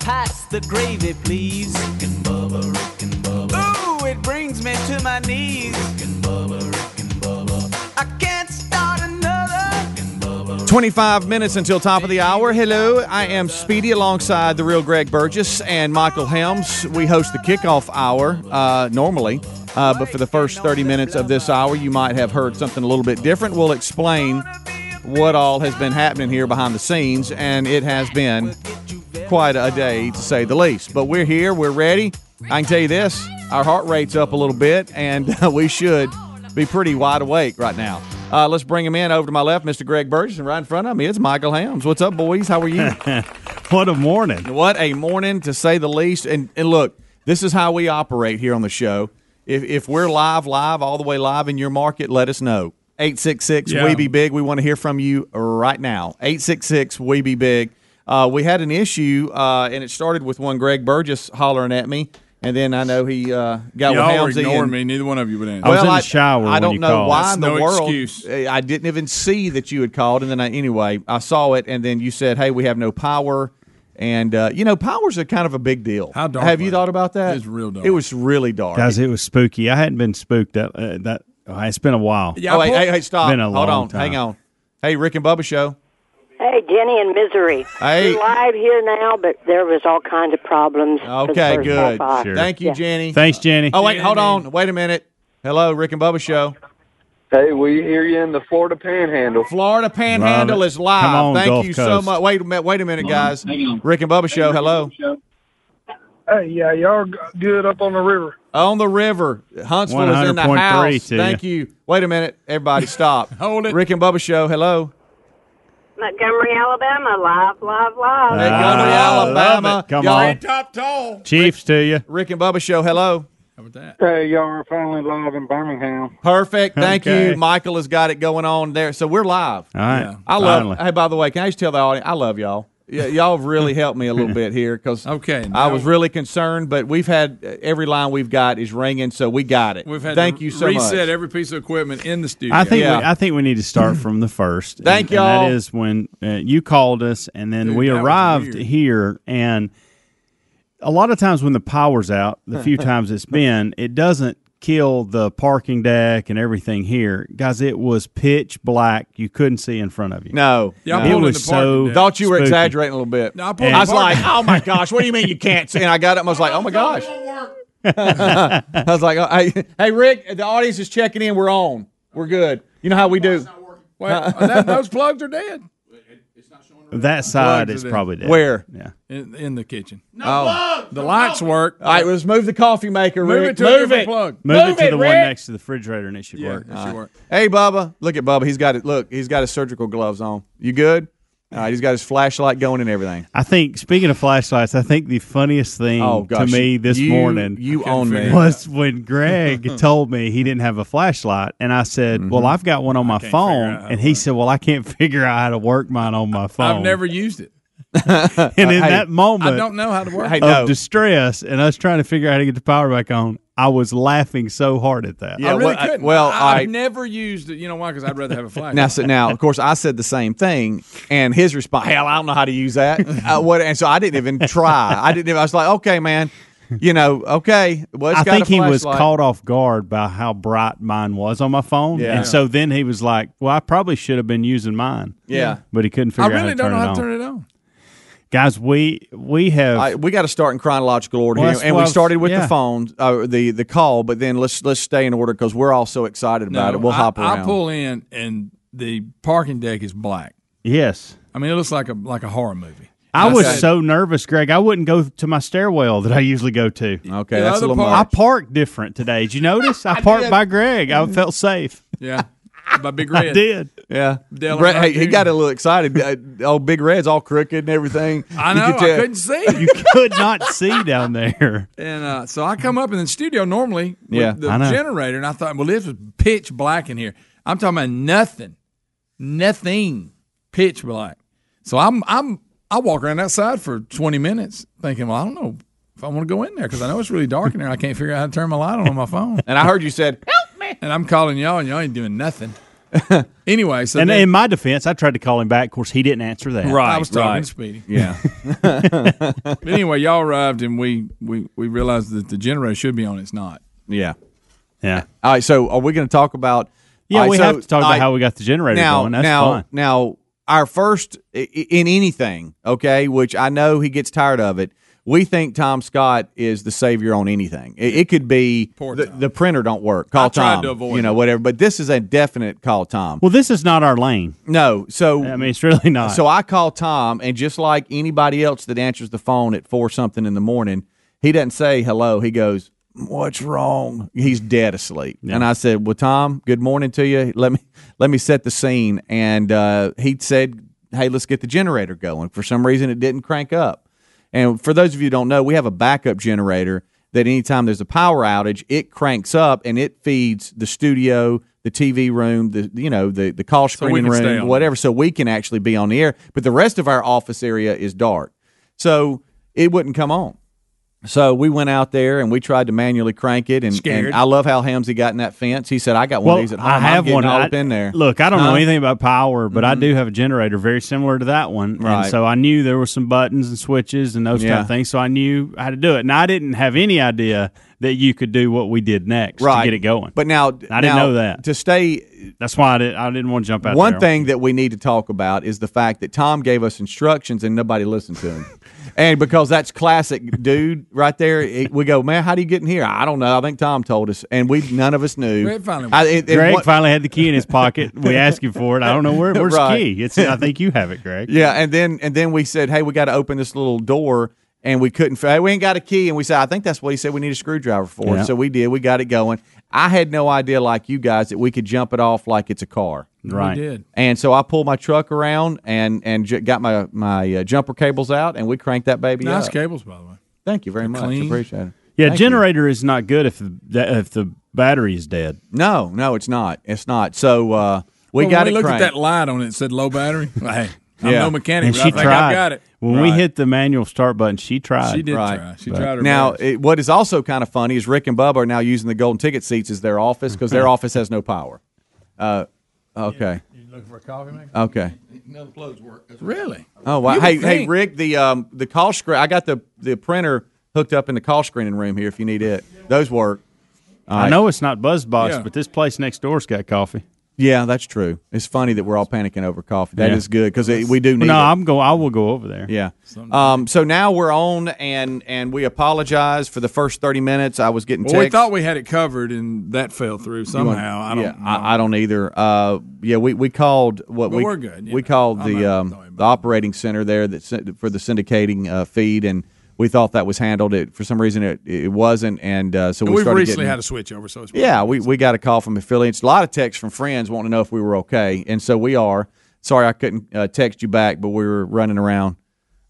Pass the gravy, please. Ooh, it brings me to my knees. I can't start another. 25 minutes until top of the hour. Hello, I am Speedy alongside the real Greg Burgess and Michael Helms. We host the kickoff hour uh, normally, uh, but for the first 30 minutes of this hour, you might have heard something a little bit different. We'll explain what all has been happening here behind the scenes, and it has been quite a day to say the least. But we're here, we're ready. I can tell you this our heart rate's up a little bit, and we should be pretty wide awake right now. Uh, let's bring him in over to my left, Mr. Greg Burgess, and right in front of me, it's Michael Hams. What's up, boys? How are you? What a morning. what a morning, to say the least. And, and look, this is how we operate here on the show. If, if we're live, live, all the way live in your market, let us know. 866 Yeah. We Be Big. We want to hear from you right now. 866 We Be Big. Uh, we had an issue, uh, and it started with one Greg Burgess hollering at me. And then I know he uh, got with Y'all Helmsy. ignored and- me. Oh, Neither one of you would answer. I was in the shower I, when don't you know called. why That's in the no world. excuse. uh, I didn't even see that you had called, and then I, anyway, I saw it, and then you said, "Hey, we have no power," and uh, you know, powers are kind of a big deal. How dark Have was you it? thought about that? It was real dark. It was really dark. Guys, it was spooky. I hadn't been spooked that uh, that oh, it's been a while. Yeah, oh, I hey, pulled- hey, hey, stop! Been a Hold long on, time. hang on. Hey, Rick and Bubba show. Hey, Jenny and Misery. Hey. We're live here now, but there was all kinds of problems. for the Okay, first good. half hour. Sure. Thank you, Yeah. Jenny. Thanks, Jenny. Oh wait, hold on. Wait a minute. Hello, Rick and Bubba show. Hey, we hear you in the Florida Panhandle. Florida Panhandle Love it. is live. Come on, Thank Gulf you so Coast. much. Wait a minute. Wait a minute, guys. Rick and Bubba show. Hello. Hey, yeah, y'all g- good up on the river. on the river. Huntsville is in the 100.3 house. to Thank you. Wait a minute, everybody, stop. Hold it. Rick and Bubba show. Hello, Montgomery, Alabama, live, live, live. Ah, Montgomery, love Alabama. it. Come Y'all- on, top tall. Chiefs to you. Rick and Bubba show. Hello. How about that? Hey, y'all are finally live in Birmingham. Perfect. Thank Okay. you. Michael has got it going on there. So we're live. All right, Yeah. I love. finally. Hey, by the way, can I just tell the audience I love y'all. Y- y'all have really helped me a little bit here because Okay, I now- was really concerned, but we've had uh, every line we've got is ringing, so we got it. We've had Thank to you so reset much. every piece of equipment in the studio. I think Yeah. we, I think we need to start from the first. And- Thank and, y'all. that is when uh, you called us, and then Dude, we that was arrived weird. here. And a lot of times when the power's out, the few times it's been, it doesn't kill the parking deck and everything here, guys. It was pitch black; you couldn't see in front of you. no, Y'all no. pulled it in was the parking so deck. Thought you were spooky. exaggerating a little bit. No, I pulled I was the bar- like, oh my gosh, what do you mean you can't see? And I got up and I was like, oh my gosh. I was like, oh, hey, hey, Rick, the audience is checking in. We're on. We're good. You know how we do. Well, that- those plugs are dead That side Plugs is it in. probably dead. Where? Yeah. in, in the kitchen. No The lights work. All right, let's move the coffee maker, Move Rick. it to a move different it. plug. Move, it to it, the Rick. one next to the refrigerator, and it should Yeah, work. it should work. Hey, Bubba. Look at Bubba. He's got it. Look, he's got his surgical gloves on. You good? All right, he's got his flashlight going and everything. I think. Speaking of flashlights, I think the funniest thing Oh, to gosh. me this you, morning You couldn't own figure me. it out. was when Greg told me he didn't have a flashlight, and I said, "Well, I've got one on my Mm-hmm. figure phone," out how to and he said, "Well, I can't figure out how to work mine on my phone." I've never used it. And in Hey, that I moment don't know how to work. Hey, it. of no. distress and us trying to figure out how to get the power back on, I was laughing so hard at that. I Yeah. really well, I- couldn't. well, I, I- have never used it. You know why? Because I'd rather have a flash. Now, so now, of course, I said the same thing, and his response, "Hell, I don't know how to use that." Uh, what? And so I didn't even try. I didn't. Even, I was like, "Okay, man, you know, okay." Well, it's I got a think he was flashlight." caught off guard by how bright mine was on my phone, Yeah. and so then he was like, "Well, I probably should have been using mine." Yeah. but he couldn't figure I out how really to don't turn know it how on. to turn it on. Guys, we we have I, we got to start in chronological order Well, here, that's and what we I was- started with the yeah. phone, uh, the the call, but then let's let's stay in order because we're all so excited about it. We'll I, hop around. I pull in, and the parking deck is black. yes. I mean, it looks like a like a horror movie. I I was said- so nervous, Greg. I wouldn't go to my stairwell that I usually go to. okay, The that's a other little part- I much. parked different today. Did you notice? I parked by Greg. I felt safe. Yeah, by Big Red. I did. Yeah, Dale Brett, hey, Earnhardt he Jr. got a little excited. Uh, oh, Big Red's all crooked and everything. I You know. could tell- I couldn't see. You could not see down there. And uh, so I come up in the studio normally with Yeah, the I know. generator, and I thought, well, this was pitch black in here. I'm talking about nothing, nothing, pitch black. So I'm I'm I walk around outside for 20 minutes thinking, well, I don't know if I want to go in there because I know it's really dark in there. I can't figure out how to turn my light on on my phone, And I heard you said, and I'm calling y'all, and y'all ain't doing nothing. Anyway, so And then- in my defense, I tried to call him back. Of course, he didn't answer that. I was talking to Speedy. Yeah. but anyway, y'all arrived and we we we realized that the generator should be on. It's not. Yeah. Yeah. All right. So are we going to talk about? Yeah, all right, we so- have to talk all about right, how we got the generator now, going. That's now, fine. now, our first i- i- in anything, okay, which I know he gets tired of it. We think Tom Scott is the savior on anything. It, it could be Poor the, Tom. the printer don't work. Call I tried Tom, to avoid you know, it. whatever. But this is a definite call Tom. Well, this is not our lane. No, so I mean, it's really not. so I call Tom, and just like anybody else that answers the phone at four something in the morning, he doesn't say hello. He goes, "What's wrong?" He's dead asleep. And I said, "Well, Tom, good morning to you. Let me let me set the scene." And uh, he said, "Hey, let's get the generator going." For some reason, it didn't crank up. And for those of you who don't know, we have a backup generator that anytime there's a power outage, it cranks up and it feeds the studio, the TV room, the you know the the call screening can stay room, on. whatever, so we can actually be on the air. But the rest of our office area is dark, so it wouldn't come on. So we went out there and we tried to manually crank it, and, Scared. and I love how Helmsy got in that fence. He said, "I got one well, of these at home. I I'm have getting one all I- up in there." Look, I don't Huh? Mm-hmm. know anything about power, but I do have a generator very similar to that one. Right. And so I knew there were some buttons and switches and those Yeah. type of things. So I knew how to do it. And I didn't have any idea that you could do what we did next right, to get it going. But now I didn't know that. to stay that's why I, did, I didn't want to jump out One there. thing that we need to talk about is the fact that Tom gave us instructions and nobody listened to him. and because that's classic dude right there, it- we go, man, how do you get in here? I don't know. I think Tom told us, and we none of us knew. Greg finally- I- it- it- Greg what- finally had the key in his pocket. We asked him for it. I don't know where where's Right. the key. It's I think you have it, Greg. yeah, and then and then we said, hey, we got to open this little door. And we couldn't. fi- Hey, we ain't got a key. And we said, I think that's what he said. We need a screwdriver for. Yeah. So we did. We got it going. I had no idea, like you guys, that we could jump it off like it's a car. Right. We did. And so I pulled my truck around and and j- got my my uh, jumper cables out, and we cranked that baby Nice up. cables, by the way. Thank you very much. clean. Appreciate it. Yeah, Thank you. generator is not good if the if the battery is dead. No, no, it's not. It's not. So uh, we Well, got Oh, when it we looked cranked. at that light on it. It said low battery. hey, I'm Yeah. no mechanic, And but she I think tried. I've got it. When we Right. hit the manual start button, she tried. She did Right. try. She tried her now, best. it, what is also kind of funny is Rick and Bubba are now using the golden ticket seats as their office because their office has no power. Uh, okay. You looking for a coffee maker? Okay. Really? Oh wow. You would Hey, hey, think. Rick. The um the call screen. I got the the printer hooked up in the call screening room here. If you need it, those work. I know it's not BuzzBox, Yeah. but this place next door's got coffee. Yeah, that's true. It's funny that we're all panicking over coffee. That is Yeah. good because we do need. Well, no, it. I'm go. I will go over there. Yeah. Um, so now we're on, and and we apologize for the first thirty minutes. I was getting. Well, we texts. thought we had it covered, and that fell through somehow. I don't. yeah, know. I, I don't either. Uh, yeah, we, we called what But we we're good, you We know. called I'm the not um, sorry about the operating center there that sent- for the syndicating uh, feed, and we thought that was handled. It for some reason it it wasn't, and uh, so we And we've started recently getting, had a switch over, so it's yeah, we, we got a call from affiliates, a lot of texts from friends wanting to know if we were okay, and so we are. Sorry, I couldn't uh, text you back, but we were running around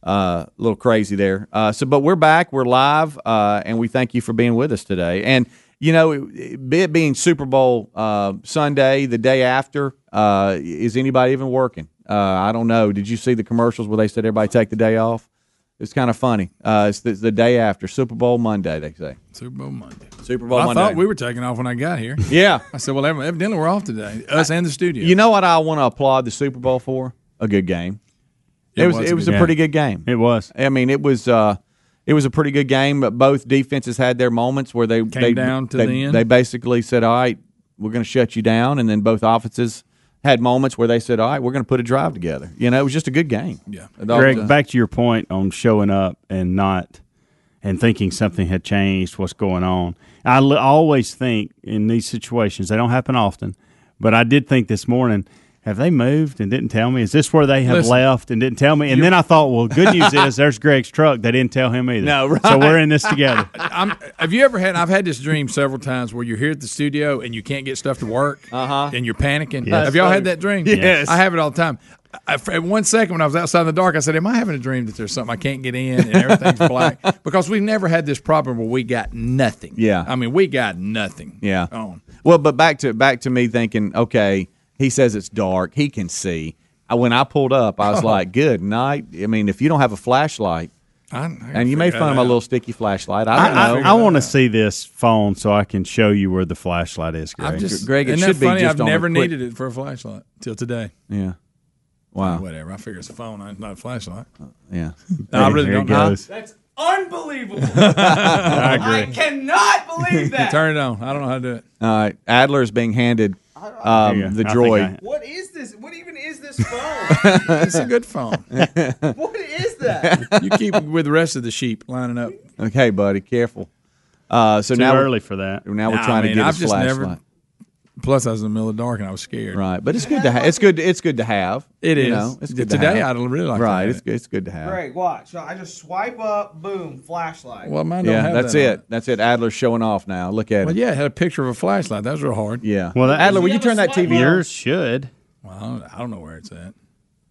uh, a little crazy there. Uh, so, but we're back, we're live, uh, and we thank you for being with us today. And you know, it, it being Super Bowl uh, Sunday, the day after, uh, is anybody even working? Uh, I don't know. Did you see the commercials where they said everybody take the day off? It's kind of funny. Uh, it's the, the day after Super Bowl Monday. They say Super Bowl Monday. Super Bowl I Monday. thought we were taking off when I got here. yeah. I said, "Well, ev- evidently we're off today, us and the studio." You know what I want to applaud the Super Bowl for? A good game. It, was, it was a game. pretty good game. it was. I mean, it was uh, it was a pretty good game. But both defenses had their moments where they they, down to they, the end. They basically said, "All right, we're going to shut you down," and then both offenses had moments where they said, "All right, we're going to put a drive together." You know, it was just a good game. Yeah. It all was Greg, a- back to your point on showing up and not and thinking something had changed, what's going on. I l- always think in these situations, they don't happen often, but I did think this morning, have they moved and didn't tell me? Is this where they have Listen, left and didn't tell me? And then I thought, well, good news is there's Greg's truck. They didn't tell him either. No, right. So we're in this together. I'm, have you ever had? I've had this dream several times where you're here at the studio and you can't get stuff to work, uh-huh. and you're panicking. Have y'all had that dream? Yes. I have it all the time. I, for one second when I was outside in the dark, I said, "Am I having a dream that there's something I can't get in and everything's black?" Because we've never had this problem where we got nothing. Yeah. I mean, we got nothing. Yeah. on. Well, but back to back to me thinking, okay, he says it's dark, he can see. I- When I pulled up, I was like, good night. I mean, if you don't have a flashlight, I, I And you may figure that find my out. little sticky flashlight. I don't I, know. I, I want to see this phone so I can show you where the flashlight is. Greg. I'm just Greg, it isn't that should be funny? just I've on a never quick- needed it for a flashlight till today. yeah. Wow. Whatever. I figure it's a phone, I- not a flashlight. Yeah. I really there don't it know. goes. That's unbelievable. I I agree. cannot believe that. Turn it on. I don't know how to do it. All right. Uh, Adler is being handed There you um, go. the I think droid. What is this? What even is this phone? It's a good phone. what is that? You keep it with the rest of the sheep lining up. Okay, buddy. Careful. Uh, so Too now early for that. We're, now we're Nah, trying man, to get I've his just flashlight. never- Plus, I was in the middle of the dark and I was scared. Right, but it's good to ha- it's good it's good to have. It you is. know, it's good to Today, have. I'd really like to right. have It's it. good. It's good to have. Greg, watch. So I just swipe up, boom, flashlight. Well, mine don't Yeah, have that's that on it. That's it. Adler's showing off now. Look at Well, it. yeah, it had a picture of a flashlight. That was real hard. Yeah. Well, that- Adler, will Does you he turn have that a TV on? Yours should. Well, I don't, I don't know where it's at.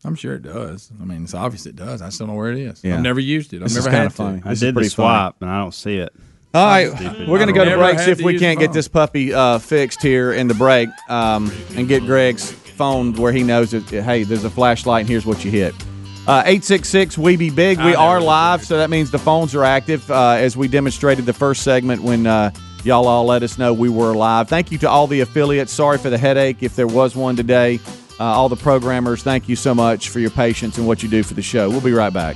I'm sure it does. I mean, it's obvious it does. I still don't know where it is. Yeah. I've never used it. I've This is never kinda had funny. to. I This is did the pretty funny. swipe, and I don't see it. All right, Stupid. we're gonna go to Never break. had See if to we use can't the get this puppy uh, fixed here in the break, um, and get Greg's phone where he knows that hey, there's a flashlight. and Here's what you hit. Uh, Eight six six we be big. We are live, so that means the phones are active. Uh, as we demonstrated the first segment when uh, y'all all let us know we were live. Thank you to all the affiliates. Sorry for the headache if there was one today. Uh, all the programmers, thank you so much for your patience and what you do for the show. We'll be right back.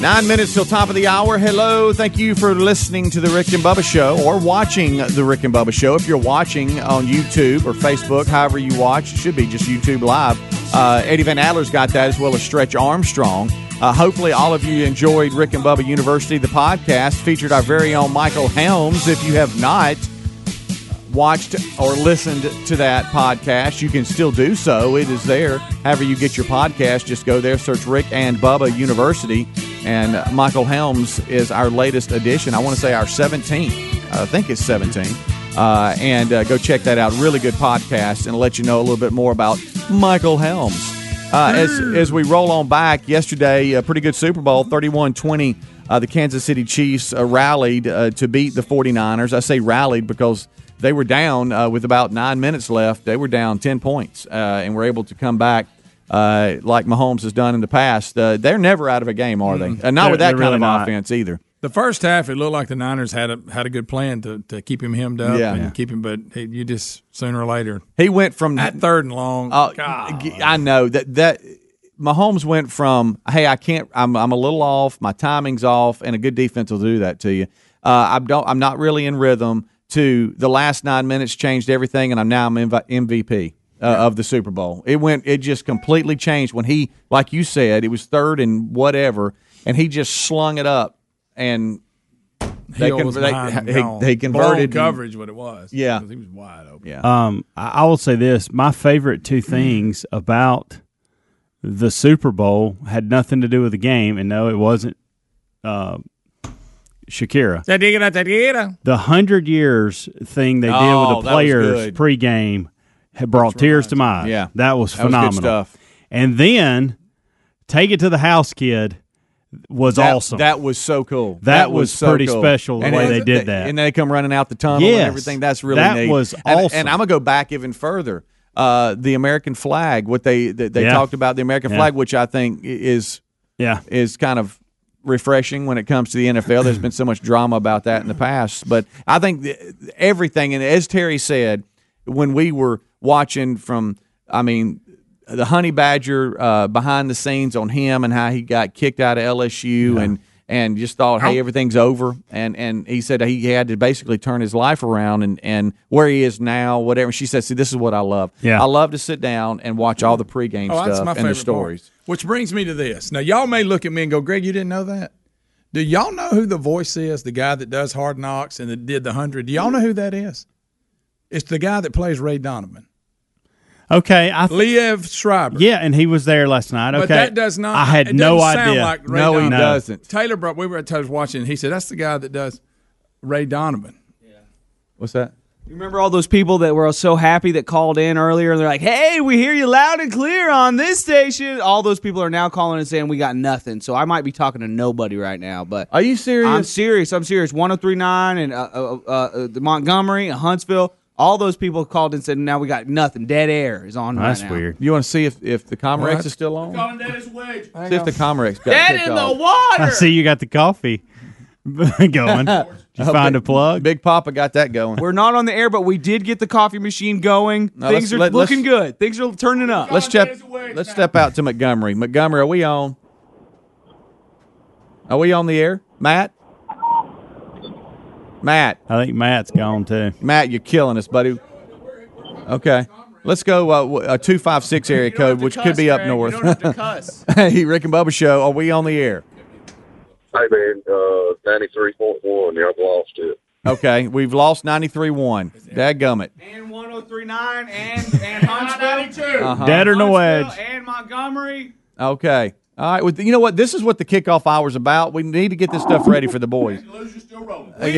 Nine minutes till top of the hour. Hello, thank you for listening to the Rick and Bubba Show or watching the Rick and Bubba Show. If you're watching on YouTube or Facebook, however you watch, it should be just YouTube Live. Uh, Eddie Van Adler's got that as well as Stretch Armstrong. Uh, hopefully, all of you enjoyed Rick and Bubba University, the podcast, featured our very own Michael Helms. If you have not, watched or listened to that podcast, you can still do so. It is there. However, you get your podcast, just go there, search Rick and Bubba University. And uh, Michael Helms is our latest edition. I want to say our 17th. I think it's 17. Uh, and uh, go check that out. Really good podcast and let you know a little bit more about Michael Helms. Uh, as, Hmm. as we roll on back, yesterday, a pretty good Super Bowl, 31 20. Uh, the Kansas City Chiefs uh, rallied uh, to beat the 49ers. I say rallied because they were down uh, with about nine minutes left. They were down 10 points uh, and were able to come back uh, like Mahomes has done in the past. Uh, they're never out of a game, are they? Uh, not Hmm. They're- with that they're kind really of not. offense either. The first half, it looked like the Niners had a had a good plan to, to keep him hemmed up Yeah. and Yeah. keep him, but hey, you just sooner or later He went from at third and long. Oh, God. g- I know that that Mahomes went from hey, I can't, I'm I'm a little off, my timing's off, and a good defense will do that to you. Uh, I'm don't, I'm not really in rhythm. To the last nine minutes changed everything, and I'm now I'm MV- MVP. Uh, Of the Super Bowl, it went. It just completely changed when he, like you said, it was third and whatever, and he just slung it up, and they Hill con- was they- behind he- and gone. they converted and- Blown coverage. What it was, Yeah. 'Cause he was wide open. yeah, Um, I, I will say this: my favorite two things about the Super Bowl had nothing to do with the game, and no, it wasn't uh, Shakira. The hundred years thing they did Oh, with the that was players good. pregame had brought tears to my eyes. Yeah. that was that was phenomenal good stuff. And then take it to the house, kid was That- awesome. That was so cool. That, was pretty special the way it- they did that. And they come running out the tunnel Yes. and everything. That's really That neat. was And- awesome. And I'm gonna go back even further. Uh, the American flag, what they they, they Yeah. talked about the American Yeah. flag, which I think i- is yeah, is kind of refreshing when it comes to the NFL. There's been so much drama about that in the past, but I think th- everything and as Terry said when we were watching from I mean the honey badger uh, behind the scenes on him and how he got kicked out of LSU and and just thought hey everything's over and and he said he had to basically turn his life around and and where he is now whatever she said see this is what I love Yeah. I love to sit down and watch all the pregame Oh, stuff that's my and favorite the part. stories Which brings me to this. Now, y'all may look at me and go, "Greg, you didn't know that." Do y'all know who the voice is? The guy that does Hard Knocks and that did the hundred. Do y'all know who that is? It's the guy that plays Ray Donovan, okay. I Liev Schreiber. yeah, and he was there last night. Okay, But that does not. I had it no doesn't sound idea. like Ray no he Donovan. doesn't Taylor brought. We were at Taylor's watching. And he said that's the guy that does Ray Donovan. what's that You remember all those people that were so happy that called in earlier and they're like, hey, we hear you loud and clear on this station. All those people are now calling and saying we got nothing. So I might be talking to nobody right now. But are you serious? I'm serious. I'm serious. 1039 and uh, uh, uh, uh, the Montgomery and Huntsville. All those people called and said, now we got nothing. Dead air is Oh, on right That's now. weird. You want to see if, if the Comrex What? is still on? Calling See if the Comrex got Dead kicked in off. the water. I see you got the coffee going. Did you Oh, find big- a plug? Big Papa got that going. We're not on the air, but we did get the coffee machine going. No, Things let's- are let- let's- looking good. Things are turning up. Let's step. Let's step out to Montgomery. Montgomery, are we on? Are we on the air, Matt? Matt. I think Matt's gone too. Matt, you're killing us, buddy. Okay. Let's go uh, w- a two five six area code, which could cuss, be up Greg. You north. don't have to cuss. hey, Rick and Bubba show. Are we on the air? Hey man, uh, ninety three point one. Y'all lost it. Okay, we'we've lost ninety three one. Dadgummit. And 1039 and, and Huntsville. Uh-huh. Dead or no Huntsville edge. And Montgomery. Okay. All right. Well, you know what? This is what the kickoff hour's about. We need to get this stuff ready for the boys. We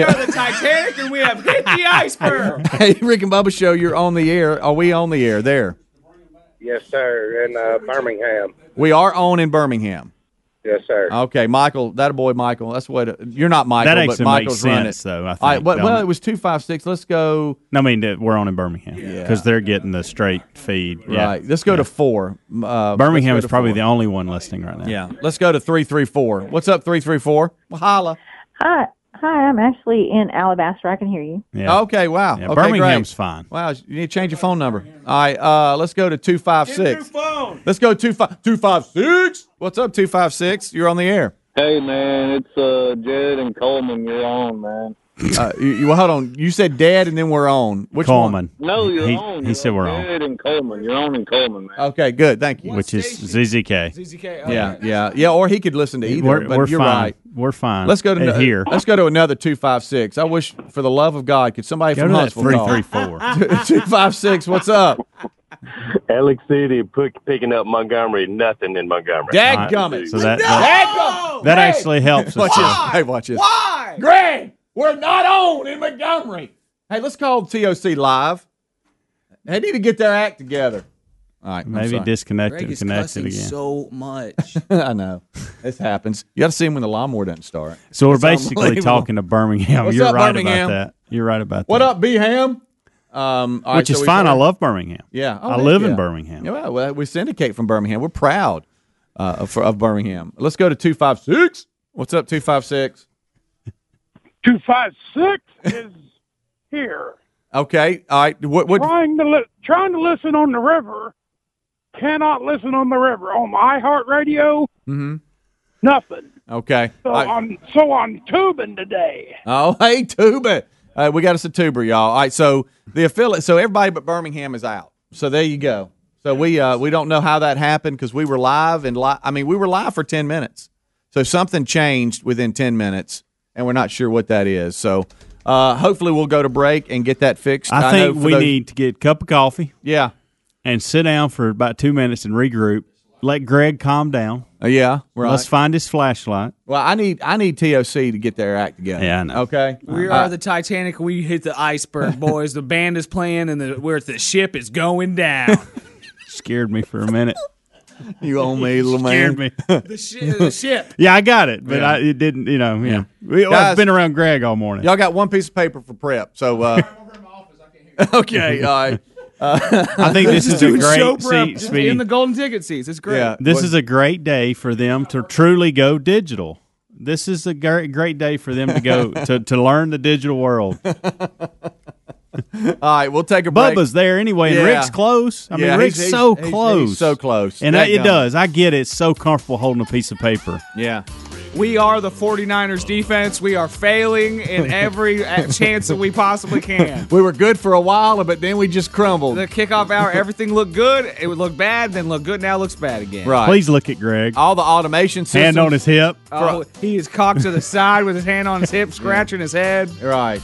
are the Titanic and we have hit the iceberg. hey, Rick and Bubba show. You're on the air. Are we on the air? There. Yes, sir. In uh, Birmingham. We are on in Birmingham. Yes, sir. Okay, Michael. That a boy, Michael. That's what you're not Michael, That actually but Michael's makes running sense, it. though. um, I think. All right. Well, don't well, it? it was two five six. Let's go. No, I mean that we're on in Birmingham because they're getting the straight feed. Yeah. Right. Let's go to four. Uh, Birmingham let's is go to probably four. the only one listening right now. Yeah. Let's go to three three four. What's up? Three three four. Well, holla. Hi, hi. I'm actually in Alabaster. I can hear you. Okay. Wow. Yeah, okay, Birmingham's great. fine. Wow. You need to change your phone number. All right. Uh, let's go to two five six. Let's go two five two five six. What's up? Two five six. You're on the air. Hey man, it's uh Jed and Coleman. You're on, man. Uh, you, you- well, hold on. You said dead, and then we're on. Which Coleman. No, you're He- on. he You're said we're on. Jed and Coleman. You're on and Coleman, man. One? Okay. Good. Thank you. Which is ZZK. ZZK. Yeah. Yeah. Yeah. Or he could listen to either. We're, but we're you're fine. right. We're fine. Let's go to At here. Let's go to another two five six. I wish, for the love of God, could somebody Go from to that Huntsville call? 334. Two five six. What's up? Alex City pick, picking up Montgomery. Nothing in Montgomery. Dadgummit. So that- that- Dadgummit. that Hey! actually helps us Watch a this. lot. Hey, watch this. Why? Greg, we're not on in Montgomery. Hey, let's call TOC live. They need to get their act together. All right. I'm Maybe sorry. disconnect Greg and is connect it cussing again. so much. I know. This happens. You got to see him when the lawnmower doesn't start. So we're It's basically unbelievable. talking to Birmingham. What's You're up, right Birmingham? about that. You're right about What up, B Ham? Um, that. Which is fine. I love Birmingham. Yeah, Oh, I heck live in yeah. Birmingham. Yeah, well, well, we syndicate from Birmingham. We're proud uh, of, of Birmingham. Let's go to two five six. What's up, two five six? Two five six is here. Okay, all right. What? what Trying to li- trying to listen on the river, cannot listen on the river on my iHeart Radio. mm-hmm. Nothing. Okay. So All right. I'm so I'm tubing today. Oh, hey, tuba. Uh, we got us a tuber, y'all. All right, so the affiliate, so everybody but Birmingham is out. So there you go. So we uh, we don't know how that happened because we were live and li- I mean we were live for ten minutes. So something changed within ten minutes, and we're not sure what that is. So uh, hopefully we'll go to break and get that fixed. I know think for we those- need to get a cup of coffee. Yeah. And sit down for about two minutes and regroup. Let Greg calm down. Uh, yeah, right. Let's find his flashlight. Well, I need I need TOC to get their act together. Yeah, I know. Okay. We Uh, are the Titanic. We hit the iceberg, boys. The band is playing, and the, where the ship is going down. Scared me for a minute. you owe me, little Scared man. me. The, shi- the ship. Yeah, I got it, but Yeah. I, it didn't. You know, yeah. We, Guys- I've been around Greg all morning. Y'all got one piece of paper for prep, so uh, okay, all right. Uh, I think this is a great see, Just Speedy, in the golden ticket seats. It's great. This is a great day for them to truly go digital. This is a great, great day for them to go to, to learn the digital world. All right, we'll take a break. Bubba's there anyway, and Yeah. Rick's close. I Yeah, mean, Rick's he's- he's- so he's- he's close, so close, and I, it Dadgummit. does. I get it. It's so comfortable holding a piece of paper. Yeah. We are the 49ers defense. We are failing in every uh, chance that we possibly can. We were good for a while, but then we just crumbled. The kickoff hour, everything looked good. It would look bad, then look good. Now looks bad again. Right. Please look at Greg. All the automation systems. Hand on his hip. Oh, he is cocked to the side with his hand on his hip, scratching his head. Right.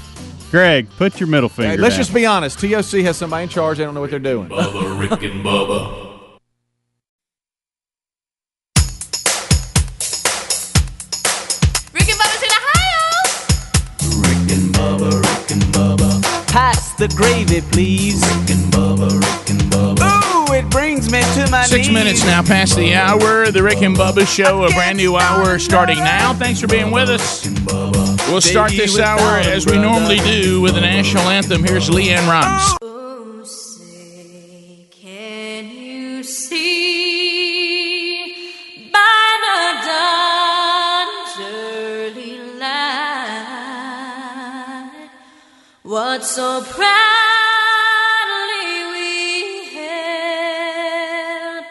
Greg, put your middle finger. Hey, let's down. just be honest. TOC has somebody in charge. They don't know what they're doing. Bubba, Rick and Bubba. Rick and Bubba's in Ohio. Rick and Bubba, Rick and Bubba. Pass the gravy, please. Rick and Bubba, Rick and Bubba. Ooh, it brings me to my Six knees. minutes now past the hour. The Rick and Bubba Show, a brand new hour starting now. Thanks for being with us. We'll start this hour as we normally do with the national anthem. Here's Leanne Rhymes. Oh, say, can you see by the dawn's early light what so proudly we hailed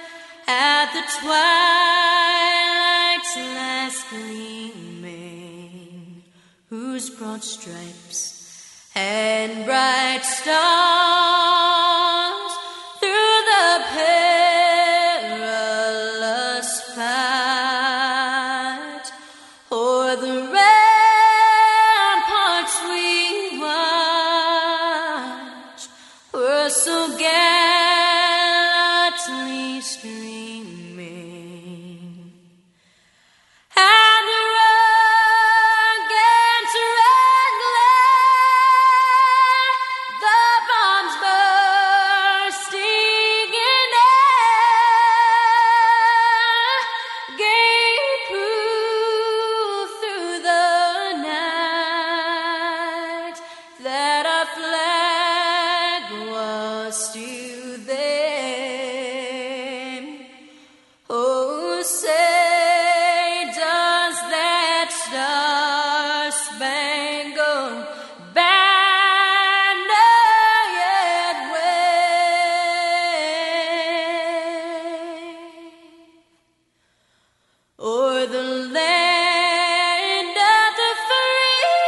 at the twilight's last gleaming, whose broad stripes and bright stars through the perilous fight o'er the ramparts we watched were so gallantly streaming and the rugged's red the bonds bursting in air gave proof through the night that our flag was still there. Oh, say does that star-spangled banner yet wave o'er the land of the free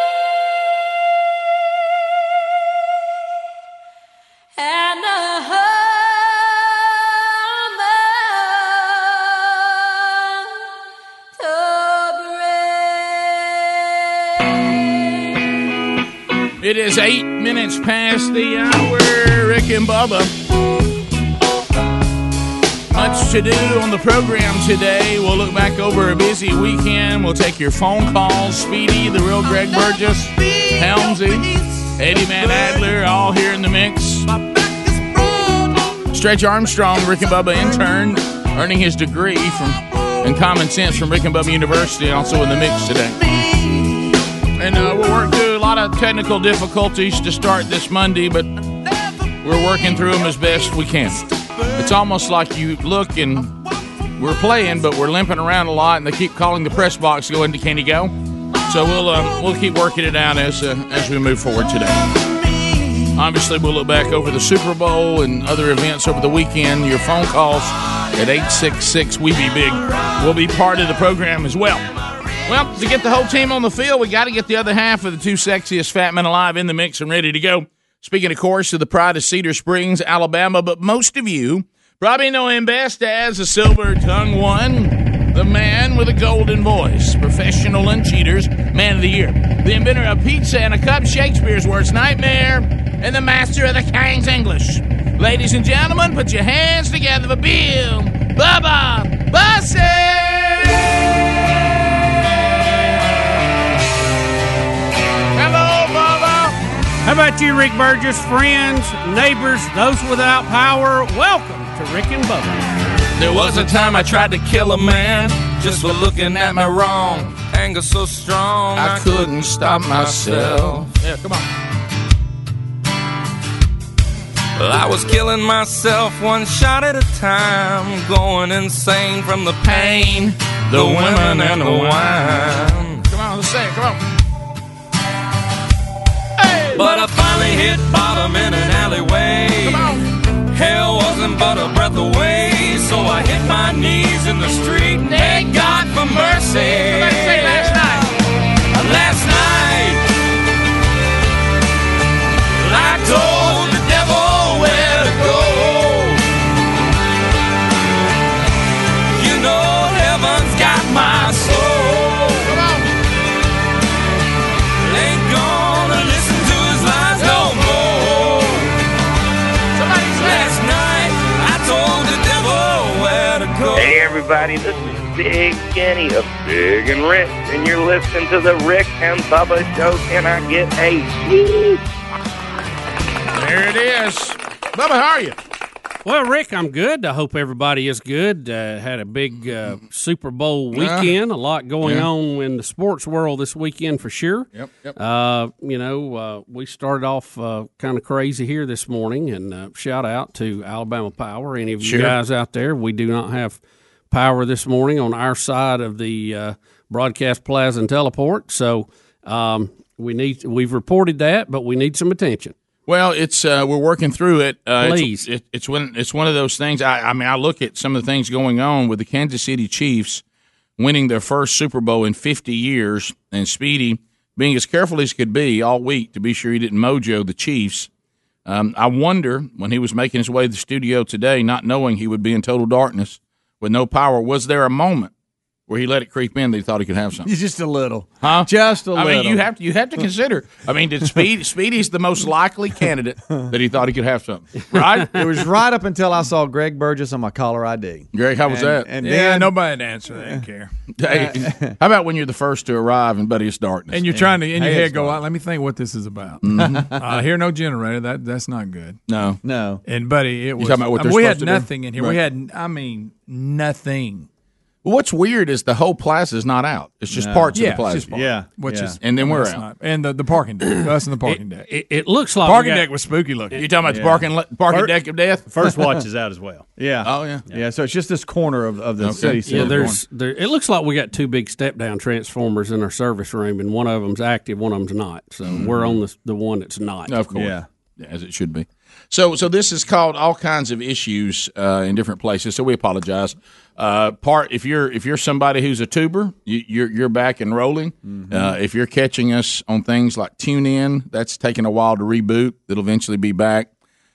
and the home of the It is eight minutes past the hour. Rick and Bubba. Much to do on the program today. We'll look back over a busy weekend. We'll take your phone calls. Speedy, the real Greg Burgess, Helmsy, Eddie Van Adler, all here in the mix. Stretch Armstrong, Rick and Bubba intern, earning his degree from and common sense from Rick and Bubba University, also in the mix today. And uh, we'll work through a lot of technical difficulties to start this Monday, but we're working through them as best we can. It's almost like you look and we're playing, but we're limping around a lot, and they keep calling the press box going, "Can you go?" So we'll uh, we'll keep working it out as uh, as we move forward today. Obviously, we'll look back over the Super Bowl and other events over the weekend. Your phone calls at 866 We Be Big will be part of the program as well. Well, to get the whole team on the field, we got to get the other half of the two sexiest fat men alive in the mix and ready to go. Speaking, of course, of the pride of Cedar Springs, Alabama, but most of you probably know him best as the silver tongue one, the man with a golden voice, professional lunch eaters, man of the year, the inventor of pizza and a cup, Shakespeare's worst nightmare, and the master of the King's English. Ladies and gentlemen, put your hands together for Bill Bubba Bussett! Hello, Bubba. How about you, Rick Burgess? Friends, neighbors, those without power, welcome to Rick and Bubba. There was a time I tried to kill a man just for looking at me wrong. Anger so strong, I couldn't stop myself. Yeah, come on. Well, I was killing myself one shot at a time, going insane from the pain, the women, and the wine. Come on, let's say it. Come on. But I finally hit bottom in an alleyway. Hell wasn't but a breath away, so I hit my knees in the street. Thank God for mercy. Last night, last night, I told the devil where to go. You know heaven's got my soul. Ain't gonna listen to his lies no more. Last night I told the devil where to go. Hey everybody, this is Big Kenny of Big and Rich, and you're listening to the Rick and Bubba Show. Can I get a sweet? There it is. Bubba, how are you? Well, Rick, I'm good. I hope everybody is good. Uh, had a big uh, Super Bowl Yeah. weekend. A lot going Uh-huh. Yeah. on in the sports world this weekend for sure. Yep, yep. Uh, you know, uh, we started off uh, kind of crazy here this morning, and uh, shout out to Alabama Power. Any of you Sure. guys out there, we do not have power this morning on our side of the uh, broadcast plaza and teleport. So um, we need we've reported that, but we need some attention. Well, it's uh, we're working through it. Uh, it's- Please. it, it's when it's one of those things. I, I mean, I look at some of the things going on with the Kansas City Chiefs winning their first Super Bowl in 50 years, and Speedy being as careful as could be all week to be sure he didn't mojo the Chiefs. Um, I wonder when he was making his way to the studio today, not knowing he would be in total darkness with no power, was there a moment where he let it creep in that he thought he could have something? Just a little. Huh? Just a I little. mean, you have to you have to consider. I mean, did Speed Speedy's the most likely candidate that he thought he could have something, right? it was right up until I saw Greg Burgess on my caller ID. Greg, how was And- that? and yeah, then- nobody answer. They didn't care. Hey, how about when you're the first to arrive and buddy, it's darkness, And you're trying to in your Hey, head it's go dark. out. Let me think what this is about. Mhm. I hear no generator. That that's not good. No, no. And buddy, it was. talking about what I mean, they're we supposed had to do? nothing in here. Right. We had. I mean, nothing. Well, What's weird is the whole plaza is not out. It's just No. parts Yeah, of it's the plaza. just part. Yeah. Which is- and then we're that's out. not- and the, the parking deck. Us and the parking deck. It, it looks like parking we got- deck was spooky looking. You're talking about the parking le- parking deck of death. First watch is out as well. Yeah. Oh yeah. Yeah. So it's just this corner of, of the city. Yeah, center. there's there. It looks like we got two big step down transformers in our service room, and one of them's active, one of them's not. So we're on the the one that's not. Hmm. Of course. As it should be. So, so this is called all kinds of issues uh, in different places. So we apologize. Uh, part if you're if you're somebody who's a tuber, you, you're you're back and rolling. Uh, if you're catching us on things like TuneIn, that's taking a while to reboot. It'll eventually be back.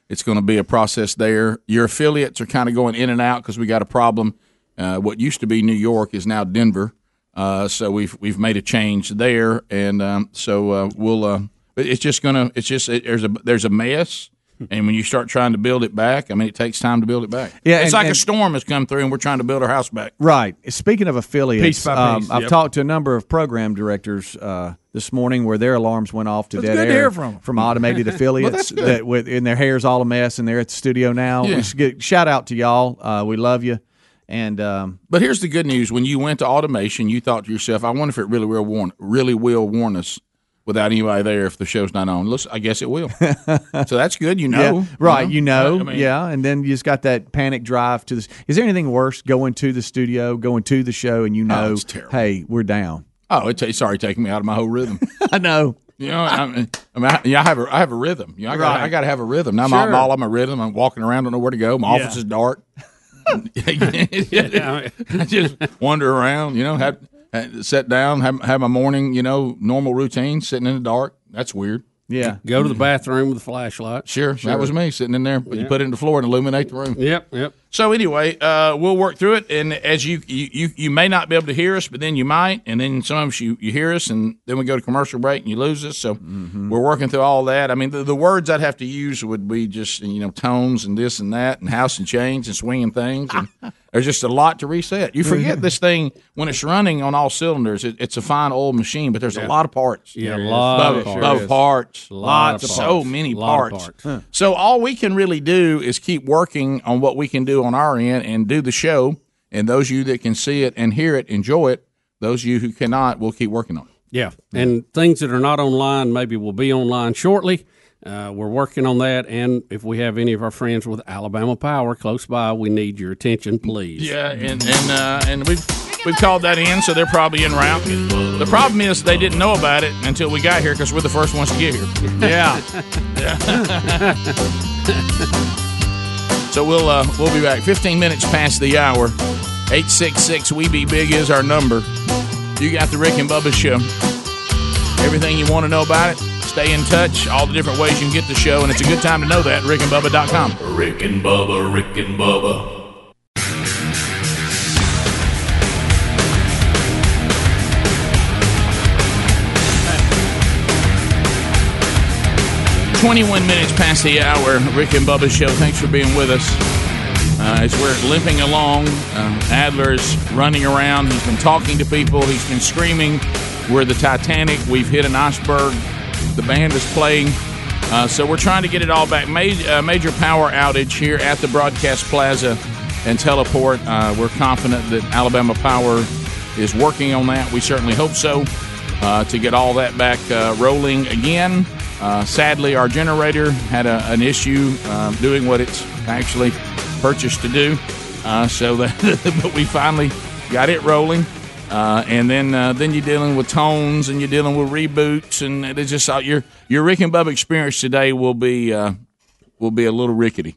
It's going to be a process there. Your affiliates are kind of going in and out because we got a problem. Uh, what used to be New York is now Denver. Uh, so we've we've made a change there, and um, so uh, we'll. Uh, it- it's just gonna. It's just it, there's a there's a mess, and when you start trying to build it back, I mean, it takes time to build it back. Yeah, it's and- like a and- storm has come through, and we're trying to build our house back. Right. Speaking of affiliates, Piece by piece, um, I've yep. talked to a number of program directors uh, this morning where their alarms went off to That's dead good air to hear from 'em. automated Well, that's affiliates good. that with and their hair's all a mess and they're at the studio now. Yeah. We should get, shout out to y'all. Uh, we love you. And um, But here's the good news: when you went to automation, you thought to yourself, "I wonder if it really will warn, really will warn us." Without anybody there, if the show's not on, Listen, I guess it will. so that's good, you know. yeah, right? know? You know, Oh, I mean- yeah. And then you just got that panic drive to this. Is there anything worse going to the studio, going to the show, and you know, hey, we're down. Oh, it's it's already taking me out of my whole rhythm. I know. You know, I mean, I, mean, I, yeah, I have a, I have a rhythm. You know, I got Right. I got to have a rhythm. Now I'm out- Sure. all on my rhythm. I'm walking around, don't know where to go. My Yeah. office is dark. I just wander around. You know, have, have sit down, have, have my morning. You know, normal routine, sitting in the dark. That's weird. Mm-hmm. Yeah. Go to the bathroom with a flashlight. Sure, that was me sitting in there. But you Yeah. put it in the floor and illuminate the room. Yep, yep. So anyway, uh, we'll work through it, and as you, you you you may not be able to hear us, but then you might, and then sometimes you you hear us, and then we go to commercial break and you lose us. So Mm-hmm. we're working through all that. I mean, the, the words I'd have to use would be just you know tones and this and that, and house and chains and swinging things, and there's just a lot to reset. You forget Mm-hmm. this thing when it's running on all cylinders. It, it's a fine old machine, but there's a lot of parts. Yeah, a lot of Bubba, parts. Bubba, parts, Lot of lots, so parts. many Lot of parts. parts. So all we can really do is keep working on what we can do on our end and do the show. And those of you that can see it and hear it, enjoy it. Those of you who cannot, we'll keep working on it. Yeah, and things that are not online maybe will be online shortly. Uh, we're working on that, and if we have any of our friends with Alabama Power close by, we need your attention, please. Yeah, and and uh, and we've we've called that in, so they're probably en route. The problem is they didn't know about it until we got here because we're the first ones to get here. Yeah. so we'll uh, we'll be back. Fifteen minutes past the hour. Eight six six. We be big is our number. You got the Rick and Bubba show. Everything you want to know about it. Stay in touch. All the different ways you can get the show, and it's a good time to know that. RickandBubba.com. Rick and Bubba, Rick and Bubba, Twenty-one minutes past the hour. Rick and Bubba show. Thanks for being with us. Uh, as we're limping along, um, Adler's running around. He's been talking to people. He's been screaming. We're the Titanic. We've hit an iceberg. The band is playing. Uh, so we're trying to get it all back. Ma- uh, major power outage here at the Broadcast Plaza and Teleport. Uh, we're confident that Alabama Power is working on that. We certainly hope so uh, to get all that back uh, rolling again. Uh, sadly, our generator had a, an issue um, doing what it's actually purchased to do. Uh, so, that, but we finally got it rolling. Uh, and then uh, then you're dealing with tones and you're dealing with reboots and it's just uh, your your Rick and Bubba experience today will be uh, will be a little rickety.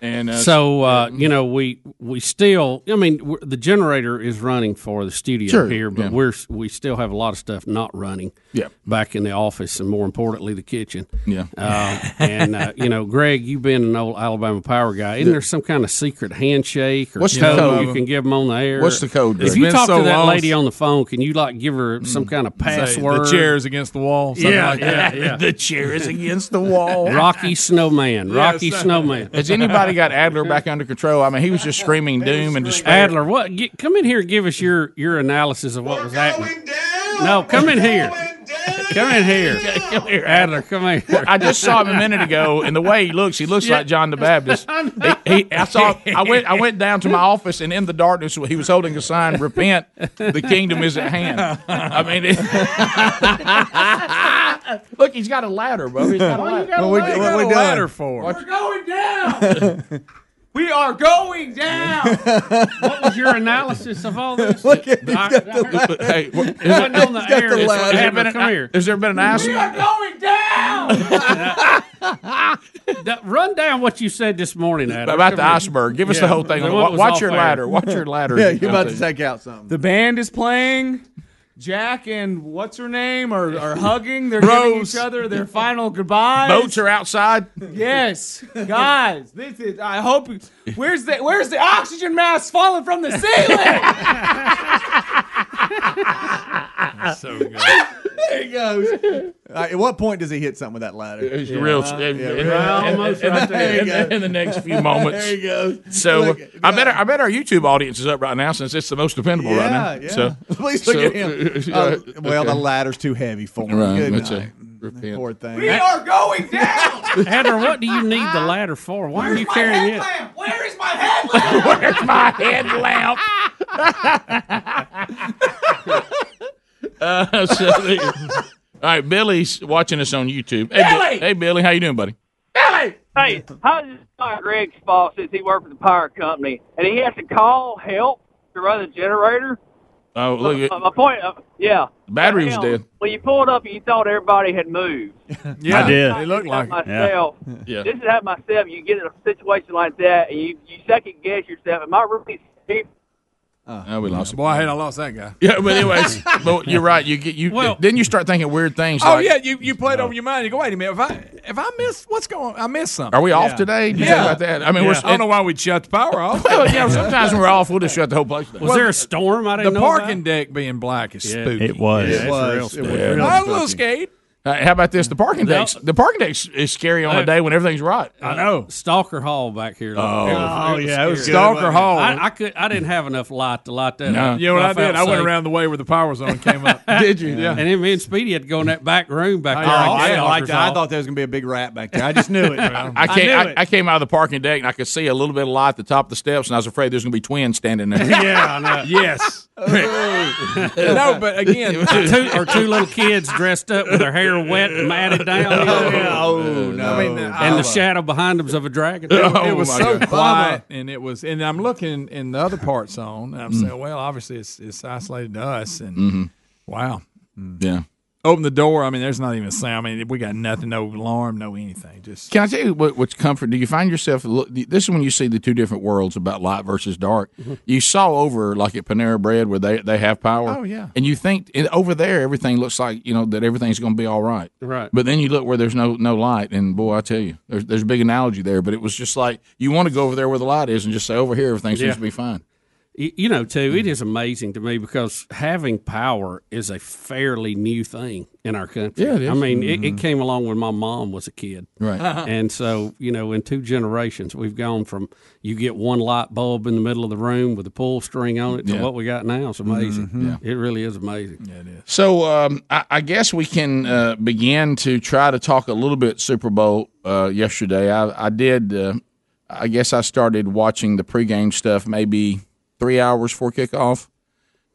And uh, so uh, you know we we still I mean w the generator is running for the studio Sure, here, but yeah. we're we still have a lot of stuff not running. Yeah. back in the office and more importantly the kitchen. Yeah. uh, and uh, you know Greg, you've been an old Alabama Power guy. Isn't Yeah. there some kind of secret handshake or What's the code, code? you can give them on the air? What's the code, Greg? Mm. If you It's been talk so to that long lady on the phone, can you like give her some kind of password? The chair is against the wall. Something Yeah, like that. yeah, yeah. the chair is against the wall. Rocky Snowman, Rocky Yes. Snowman. Has anybody got Adler back under control? I mean, he was just screaming doom and despair. Adler, what? Get, come in here and give us your your analysis of what was happening. No, come in here. Come in here. Come here, Adler. Come here. I just saw him a minute ago, and the way he looks, he looks like John the Baptist. He, he- I saw. I went. I went down to my office, and in the darkness, he was holding a sign: "Repent, the kingdom is at hand." I mean, it- look, he's got a ladder, bro. He's got a ladder. What we- what we doing? What- going down. we are going down. what was your analysis of all this? Look at I- Hey, what- is It wasn't on the He's got air. It's- ladder. Adler, Has there been an- come here. Has there been an ass? going down. Run down what you said this morning, Adam. About the iceberg. Give us the whole thing. Wa- Watch your ladder. Watch your ladder. Yeah, you're about to take out something. The band is playing. Jack and what's her name are, are hugging. They're giving Bros. each other their final goodbyes. Boats are outside. Yes, guys. This is. I hope. you- Where's the Where's the oxygen mask falling from the ceiling? so good. there he goes. All right, at what point does he hit something with that ladder? It's real. in, almost in- right there. in- in- in the next few moments. There he goes. So Look, uh, I bet our- I bet our YouTube audience is up right now since it's the most dependable right now. Yeah, yeah. So Please look so- at him. yeah, Oh, well, the okay. ladder's too heavy for him. Right, Good that's night. Repent. Poor thing. we are going down. Adler, what do you need the ladder for? Why are you carrying it? Where is my Where's my headlamp? headlamp? Uh, so there- all right, Billy's watching us on YouTube. Hey, Bi- Billy! hey Billy, how you doing, buddy? Billy! Hey, how's this not Greg's fault since he worked for the power company and he has to call help to run the generator? Oh, look, Uh, my point, uh, yeah. battery was Hell, dead. When you pulled up, you thought everybody had moved. Yeah, did. It looked Not myself. Yeah. This is how myself. You get in a situation like that, and you, you second guess yourself. Am I really safe? Uh. Oh, we lost him. Boy, I hate I lost that guy. Yeah, but anyways, but you're right. You get you. then you start thinking weird things. Oh like, yeah, you, you played over your mind. You go, wait a minute. If I if I miss what's going, I miss something. Are we off Yeah. today? Did you Yeah. think about that? I mean, Yeah. we're, I don't know why we shut the power off. Well, yeah, sometimes when we're off, we'll just shut the whole place down. Was there a storm? I didn't the know about? parking deck being black is Yeah. spooky. It was. Yeah, It it's was. real It spooky. was real I was a little spooky. scared. Uh, how about this? The parking No. deck's the parking deck's is scary on a day when everything's right. I know. Stalker Hall back here. Oh. Oh, yeah, it was scary. good, wasn't it? I, I could. I didn't have enough light to light that. No. up. You know what I felt did? I went safe. around the way where the power was on and came up. Did you? Yeah. And then me and Speedy had to go in that back room back Oh, there. I guess. didn't like that. I thought there was gonna be a big rat back there. I just knew it. I came, knew I, it. I came out of the parking deck and I could see a little bit of light at the top of the steps, and I was afraid there's going to be twins standing there. yeah, I know. yes. no, but again, two, or two little kids dressed up with their hair wet and matted down. you know? Oh no! I mean, and the shadow behind them's of a dragon. It, it was so quiet, and it was, and I'm looking, and the other part's on, and I'm Mm. saying, well, obviously it's it's isolated to us, and Mhm. wow, Yeah. open the door. I mean, there's not even a sound. I mean, we got nothing, no alarm, no anything. Just Can I tell you what, what's comfort? Do you find yourself? look, This is when you see the two different worlds about light versus dark. Mhm. You saw over like at Panera Bread where they, they have power. Oh, yeah. and you think and over there everything looks like you know that everything's going to be all right. Right. But then you look where there's no no light, and boy, I tell you, there's there's a big analogy there. But it was just like you want to go over there where the light is and just say over here everything Yeah. seems to be fine. y- you know, too, Mm-hmm. it is amazing to me because having power is a fairly new thing in our country. Yeah, it is. I mean, it, it Mhm. came along when my mom was a kid, Right. and so you know, in two generations, we've gone from you get one light bulb in the middle of the room with a pull string on it to Yeah. what we got now. It's amazing. Mm-hmm. Mhm. Yeah. It really is amazing. Yeah, it is. So um, I, I guess we can uh, begin to try to talk a little bit Super Bowl uh, yesterday. I, I did. Uh, I guess I started watching the pregame stuff maybe three hours before kickoff,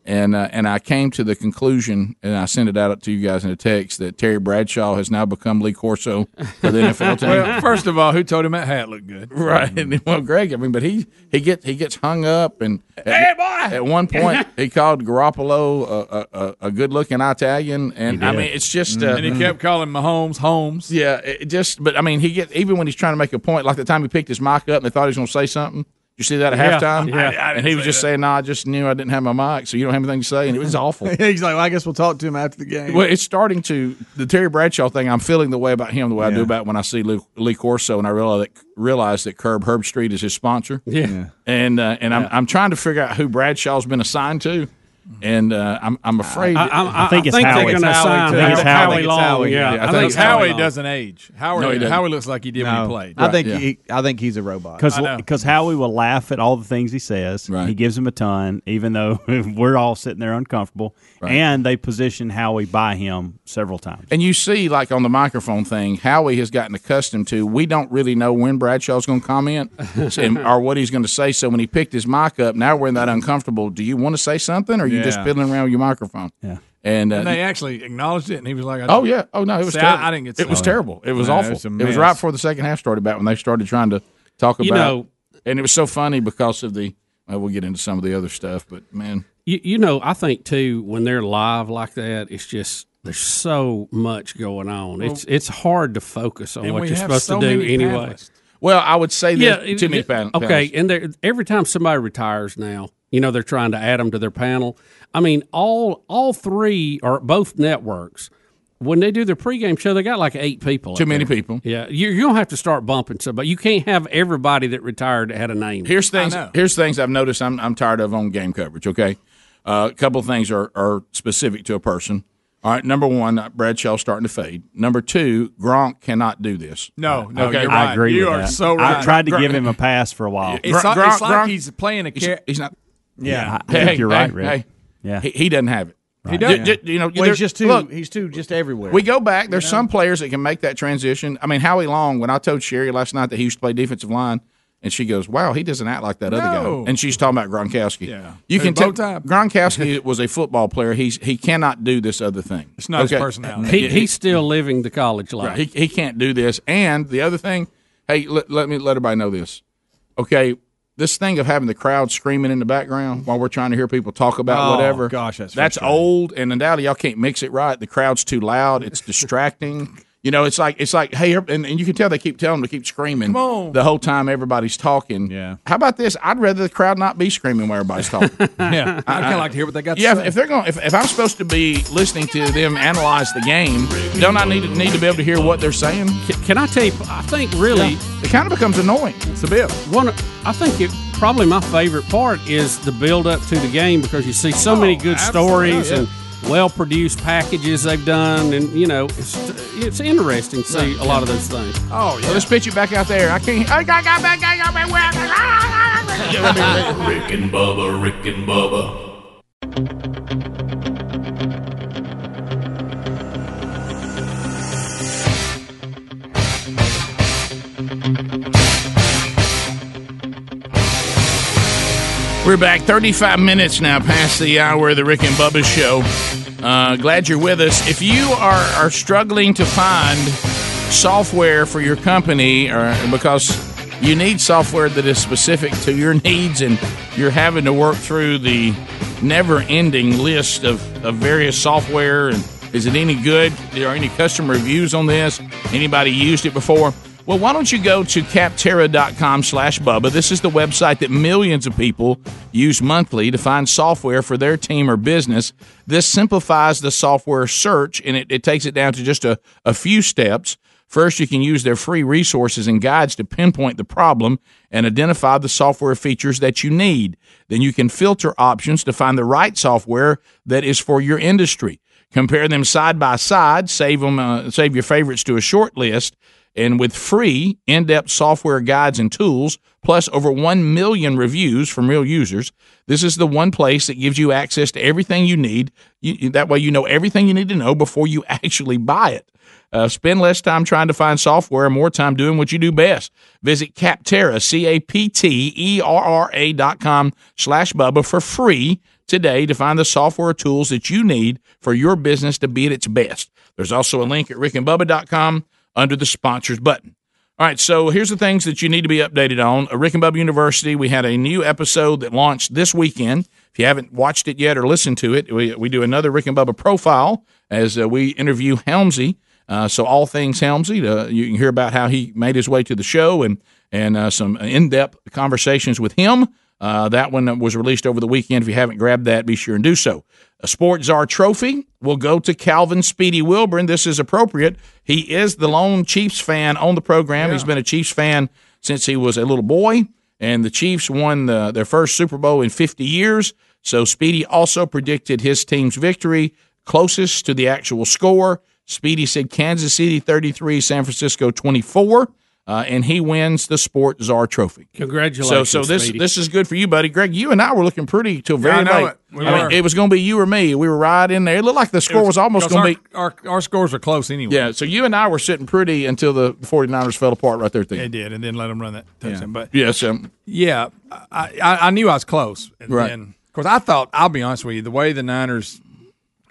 and uh, and I came to the conclusion, and I sent it out to you guys in a text that Terry Bradshaw has now become Lee Corso for the NFL team. Well, first of all, who told him that hat looked good? Mm-hmm. Right. And, well, Greg, I mean, but he he gets he gets hung up, and at, at one point he called Garoppolo a, a, a good looking Italian, and He I did. mean, it's just uh, and he kept calling Mahomes Holmes. yeah, it it just but I mean, he get even when he's trying to make a point, like the time he picked his mic up and they thought he was going to say something. You see that at Yeah, halftime, yeah. I- I and he didn't was say just saying, "No, I just knew I didn't have my mic, so you don't have anything to say," and it was awful. He's like, well, I guess we'll talk to him after the game. Well, it's starting to the Terry Bradshaw thing. I'm feeling the way about him the way I do about when I see Lou, Lee Corso, and I realize that realize that Curb Herb Street is his sponsor. Yeah. Yeah. and uh, and I'm I'm trying to figure out who Bradshaw's been assigned to, and uh, I'm I'm afraid. I- I- I think it's I think they're Howie. gonna It's Howie, assign too. I think it's Howie. Howie Long, yeah. I think Because Howie Howie doesn't age. Howie, No, he doesn't. Howie looks like he did when No. he played. I think he- I think he's a robot. I know. Because Howie will laugh at all the things he says. He gives him a ton, even though we're all sitting there uncomfortable. And they position Howie by him several times. And you see, like on the microphone thing, Howie has gotten accustomed to. We don't really know when Bradshaw's going to comment and- or what he's going to say. So when he picked his mic up, now we're in that uncomfortable. Do you want to say something, or are you just Yeah. fiddling around with your microphone? Yeah. And, uh, and they actually acknowledged it, and he was like, I Oh did. yeah. Oh no, it was See, I- terrible. I, didn't get it was sick. terrible. It was No, awful. it's a It was mess. right before the second half started back when they started trying to talk about You know- and it was so funny because of the well, we'll get into some of the other stuff, but man. You, you know, I think too when they're live like that, it's just there's so much going on. it's Well- it's hard to focus on And what we you're have supposed so to do many anyway. panelists. Well, I would say there's too many pan- Okay, panelists. and there, every time somebody retires now, you know they're trying to add them to their panel. I mean, all all three or both networks. When they do their pregame show, they got like eight people. Too up many there. people. Yeah, you, you're gonna have to start bumping somebody. You can't have everybody that retired that had a name. Here's things. Here's things I've noticed. I'm I'm tired of on game coverage. Okay, uh, a couple of things are are specific to a person. All right, number one, uh, Bradshaw's starting to fade. Number two, Gronk cannot do this. No, no, Okay. you're I right. agree You with are that. so I right. Tried to Gr- give him a pass for a while. It's, like, Gronk- it's like Gronk- he's playing a character. He's not. Yeah, I think you're right, Rick. yeah. Yeah. He, he doesn't have it. He doesn't. Ju- ju- you know, Well, there- he's just too. Look, he's too just everywhere. we go back. There's some players that can make that transition. I mean, Howie Long. When I told Sherry last night that he used to play defensive line, and she goes, "Wow, he doesn't act like that other No. guy." And she's talking about Gronkowski. Yeah. you Hey, can bow tie. tell Gronkowski was a football player. He's he cannot do this other thing. It's not his personality. He, he's still living the college life. Right. He, he can't do this. And the other thing, hey, let, let me let everybody know this. Okay, this thing of having the crowd screaming in the background while we're trying to hear people talk about Oh, whatever. gosh, that's that's frustrating. old, and undoubtedly y'all can't mix it right. The crowd's too loud. It's distracting. You know, it's like it's like hey, and, and you can tell they keep telling them to keep screaming Come on. the whole time everybody's talking. Yeah. How about this? I'd rather the crowd not be screaming while everybody's talking. yeah, I kind I- of like to hear what they got. Yeah, to if, say. if they're going, if, if I'm supposed to be listening to them analyze the game, don't I need to, need to be able to hear what they're saying? Can, I tell you? I think really, it kind of becomes annoying. It's a bit. One, I think it probably my favorite part is the build up to the game because you see so many good Oh, absolutely, stories yeah. and well produced packages they've done, and you know it's it's interesting to see a lot of those things. Oh yeah. let's pitch it back out there. I can't. I got, got back. I got back. where I got- Rick and Bubba, Rick and Bubba, We're back 35 minutes now past the hour of the Rick and Bubba show. Uh, glad you're with us. If you are, are struggling to find software for your company or because you need software that is specific to your needs and you're having to work through the never ending list of, of various software and is it any good? Are any customer reviews on this? Anybody used it before? Well, why don't you go to capterra.com slash Bubba? This is the website that millions of people use monthly to find software for their team or business. This simplifies the software search and it, it takes it down to just a, a few steps. First, you can use their free resources and guides to pinpoint the problem and identify the software features that you need. Then you can filter options to find the right software that is for your industry. Compare them side by side, save them, uh, save your favorites to a short list, and with free in-depth software guides and tools plus over 1 million reviews from real users this is the one place that gives you access to everything you need You- you, that way you know everything you need to know before you actually buy it uh, spend less time trying to find software and more time doing what you do best. Visit Capterra, E C-A-P-T-E-R-R-A dot com slash Bubba for free today to find the software tools that you need for your business to be at its best. There's also a link at rickandbubba.com under the sponsors button. All right, so here's the things that you need to be updated on. Uh, Rick and Bubba University, we had a new episode that launched this weekend. If you haven't watched it yet or listened to it, we, we do another Rick and Bubba profile as uh, we interview Helmsy. Uh, so all things Helmsy, uh, you can hear about how he made his way to the show and and uh, some in-depth conversations with him. Uh, that one was released over the weekend. If you haven't grabbed that, be sure and do so. A Sports Czar Trophy will go to Calvin Speedy Wilburn. This is appropriate. He is the lone Chiefs fan on the program. He's been a Chiefs fan since he was a little boy, and the Chiefs won the, their first Super Bowl in 50 years. So Speedy also predicted his team's victory closest to the actual score. Speedy said Kansas City 33, San Francisco 24, uh, and he wins the Sports Czar Trophy. So, Congratulations. so this Speedy. this is good for you, buddy. Greg, you and I were looking pretty till Yeah, I very know late. it. We I mean, were. it was going to be you or me. We were right in there. It looked like the score was, almost going to be. Our, our, our scores are close anyway. Yeah, so you and I were sitting pretty until the 49ers fell apart right there. At the They end. did, and then let them run that touchdown. But Yes, um, yeah, I, I, I knew I was close. And Right. Then, of course, I thought I'll be honest with you. The way the Niners,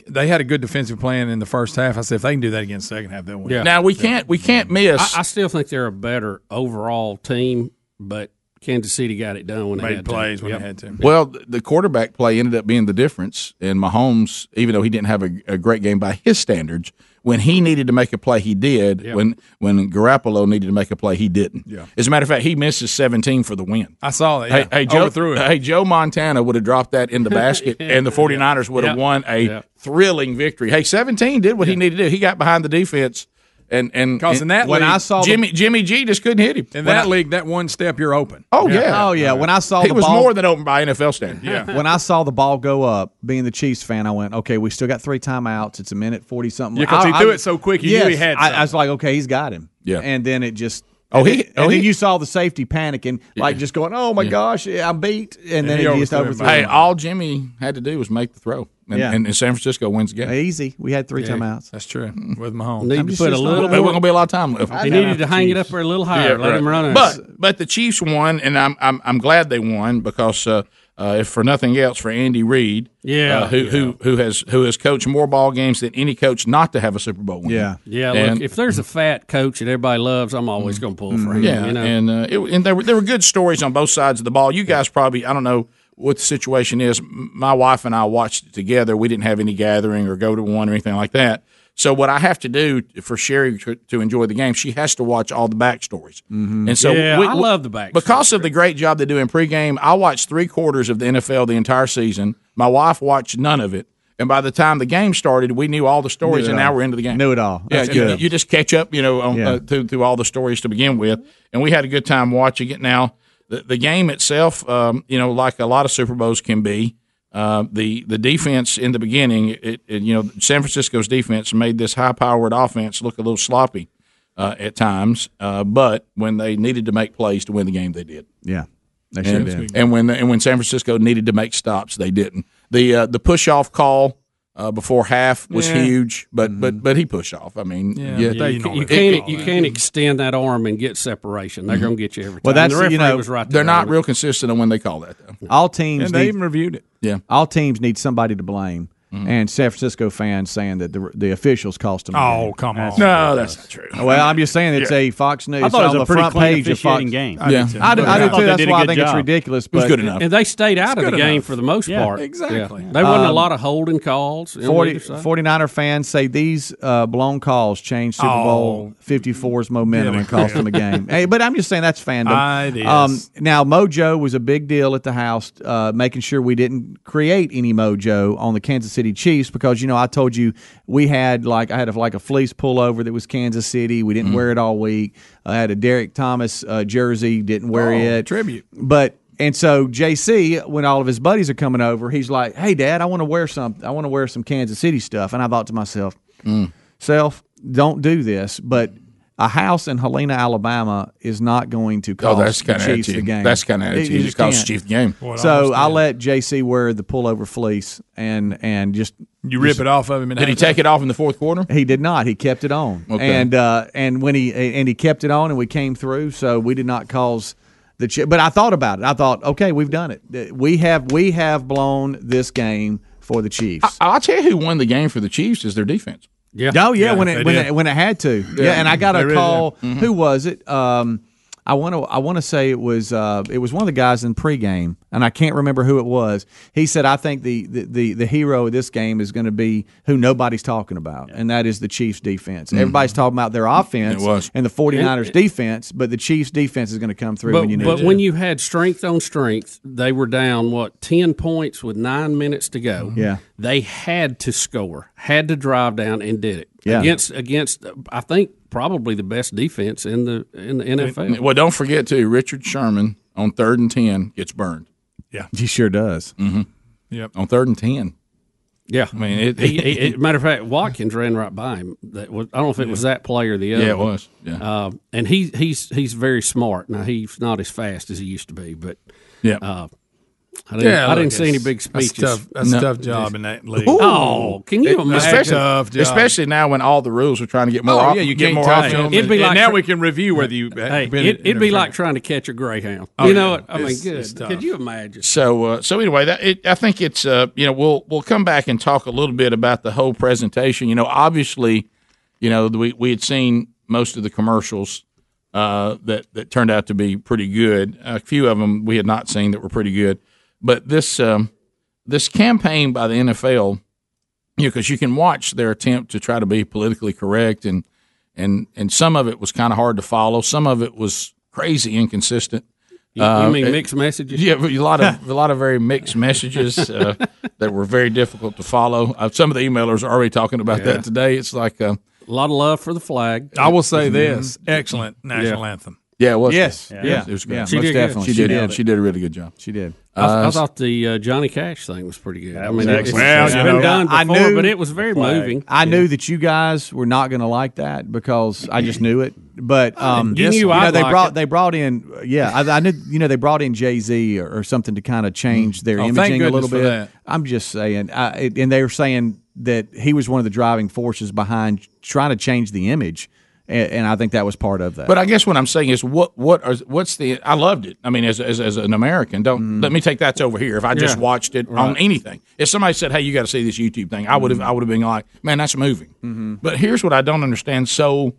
they had a good defensive plan in the first half. I said if they can do that again in the second half, they'll win. Now we can't we can't miss. I, I still think they're a better overall team, but Kansas City got it done when they Made had plays to. when they Yep. had to. Well, th- the quarterback play ended up being the difference, and Mahomes, even though he didn't have a, a great game by his standards, when he needed to make a play, he did. When when Garoppolo needed to make a play, he didn't. Yeah. As a matter of fact, he misses 17 for the win. I saw that. Hey, Yeah. hey, Joe, Overthrew it. hey, Joe Montana would have dropped that in the basket, and the 49ers would have Yeah. won a Yeah. thrilling victory. Hey, 17 did what he needed to do. He got behind the defense, and and, Because in that when league- I saw Jimmy Jimmy G just couldn't hit him In When that I- league, that one step, you're open. Oh yeah, When I saw he the was ball- more than open by NFL standards. When I saw the ball go up, being the Chiefs fan, I went, "Okay, we still got three timeouts. It's a minute forty something." Yeah, 'cause he I- threw I- it so quick, you knew he had I, I was like, "Okay, he's got him." Yeah. and then it just. Oh, and he- then- oh, and then he- you saw the safety panicking, like just going, "Oh my gosh, yeah, I'm beat," and, then it just overthrew. Hey, him. all Jimmy had to do was make the throw, and, Yeah. and, and San Francisco wins the game. Easy. We had three Yeah, timeouts. That's true. With Mahomes, Need to put a little. But we're gonna be a lot of time left. He needed to hang it up there a little higher. let him run it. But but the Chiefs won, and I'm I'm, I'm glad they won because uh, uh, if for nothing else, for Andy Reid, Yeah. uh, who who who has who has coached more ball games than any coach not to have a Super Bowl win. yeah. And- Mm-hmm. look, if there's a fat coach that everybody loves, I'm always going to pull for him. Yeah, you know? and uh, it, and there were there were good stories on both sides of the ball. You guys probably I don't know what the situation is. M- My wife and I watched it together. We didn't have any gathering or go to one or anything like that. So what I have to do for Sherry to, to enjoy the game, she has to watch all the backstories. And so Mm-hmm. yeah, we- I we- love the back. because of the great job they do in pregame, I watched three quarters of the NFL the entire season. My wife watched none of it. And by the time the game started, we knew all the stories, Knew it and all. now we're into the game. Knew it all. That's yeah, you- good. You, just catch up, you know, on, Yeah. uh, through, through all the stories to begin with. And we had a good time watching it. Now, the, the game itself, um, you know, like a lot of Super Bowls can be, uh, the the defense in the beginning, it, it, you know, San Francisco's defense made this high powered offense look a little sloppy uh, at times. Uh, but when they needed to make plays to win the game, they did. yeah, they sure And, did. and when and when San Francisco needed to make stops, they didn't. The uh, the push off call uh, before half was Yeah. huge, but Mm-hmm. but but he pushed off. I mean, yeah, you, you can't- you can't you can't extend that arm and get separation. They're going to get you every time. Well, And that's, the referee you know, was right they're there not on it. real consistent on when they call that though. All teams And they need- even reviewed it. Yeah. all teams need somebody to blame. And San Francisco fans saying that the the officials cost them. the Oh, game. come on. No, that's not true. Well, I'm just saying it's Yeah. a Fox News. I thought it was on a the pretty front clean page of Fox. officiating game. Yeah, I do, I do too. That's why I think it's ridiculous. But And they stayed out It's of the good game enough. for the most Yeah, part. exactly. Yeah. There wasn't a Um, lot of holding calls. on 40, either side. 49er fans say these uh, blown calls changed Super Oh. Bowl 54's momentum Get and it. cost them a game. Hey, but I'm just saying that's fandom. Um, It is. now, Mojo was a big deal at the house, uh, making sure we didn't create any Mojo on the Kansas City Chiefs because you know I told you we had like I had a, like a fleece pullover that was Kansas City. We Mm-hmm. didn't wear it all week. I had a Derek Thomas uh, jersey, didn't wear Oh, it. tribute. But and so JC, when all of his buddies are coming over, he's like, "Hey, Dad, I want to wear some. I want to wear some Kansas City stuff." And I thought to myself, "Self, don't do this." But a house in Helena, Alabama, is not going to Oh, cost that's the kinda Chiefs the attitude. game. That's kinda It- attitude. you It just costs can't. the Chiefs the game. Boy, I So I understand. let JC wear the pullover fleece and and just You rip just- it off of him. And Did he take it off in the fourth quarter? he did not. He kept it on, Okay. and uh, and when he and he kept it on, and we came through, so we did not cause the. Ch- but I thought about it. I thought, okay, we've done it. We have we have blown this game for the Chiefs. I, will tell you who won the game for the Chiefs is their defense. Yeah. Oh yeah, Yeah, when they it when did. it, when it had to. Yeah, Yeah. and I got They a really call. did. Mhm. Who was it? Um, I want to I want to say it was uh, it was one of the guys in pregame, and I can't remember who it was. He said, "I think the the the, the hero of this game is going to be who nobody's talking about, and that is the Chiefs defense. Mhm. Everybody's talking about their offense It was. and the 49ers It- defense, but the Chiefs defense is going to come through but when you need but it. when you had strength on strength, they were down what ten points with nine minutes to go. Yeah. they had to score, had to drive down, and did it Yeah. against against I think probably the best defense in the in the NFL. Well, don't forget too, Richard Sherman on third and ten gets burned. Yeah, he sure does. hmm Yep. on third and ten. Yeah, I mean, it, He- he- it- matter of fact, Watkins ran right by him. That was, I don't know if it was that play or the other. Yeah, it was. Yeah. Uh, and he he's he's very smart. Now he's not as fast as he used to be, but yeah. Uh, I didn't, I didn't see any big speeches. That's tough, that's No. a tough job in that league. Oh, can you imagine? Especially, Tough job. especially now when all the rules are trying to get more. Oh, off- yeah, you get can't more touch offense. them. It'd be And like- now we- can review whether you. Hey, it, it'd be like trying to catch a greyhound. Oh, you know yeah. what? I mean, It's- it's good. tough. Could you imagine? So, uh, so anyway, that it, I think it's uh, you know we'll we'll come back and talk a little bit about the whole presentation. You know, obviously, you know we we had seen most of the commercials uh, that that turned out to be pretty good. A few of them we had not seen that were pretty good, but this um, this campaign by the NFL, you know, because you can watch their attempt to try to be politically correct and and and some of it was kind of hard to follow. Some of it was crazy inconsistent. You, you Uh, mean it- mixed messages? yeah, a lot of a lot of very mixed messages uh, that were very difficult to follow. Uh, some of the emailers are already talking about Yeah. that today. It's like uh, a lot of love for the flag. Mm-hmm. I will say this: excellent national Yeah. anthem. Yeah, it was. Yes. good. Yeah. It was good. Yeah, She most did good. definitely. She, She did. nailed it. She did a really good job. She did. I, I Uh, thought the uh, Johnny Cash thing was pretty good. I mean, That it was was, excellent. it's Yeah. been Yeah. done I before, knew- but it was very moving. I knew that you guys were not going to like that because I just knew it. But um, You knew I'd know, they like brought it. they brought in yeah I, I knew you know they brought in Jay Z or, or something to kind of change their Oh, thank imaging a goodness little for bit. that. I'm just saying, I, it- and they were saying that he was one of the driving forces behind trying to change the image, and, and I think that was part of that. But I guess what I'm saying is, what what are what's the? I loved it. I mean, as as, as an American, Mm. don't let me take that over here. If I just Yeah. watched it on Right. anything, if somebody said, "Hey, you got to see this YouTube thing," I would Mm. have I would have been like, "Man, that's moving." Mm-hmm. But here's what I don't understand. So,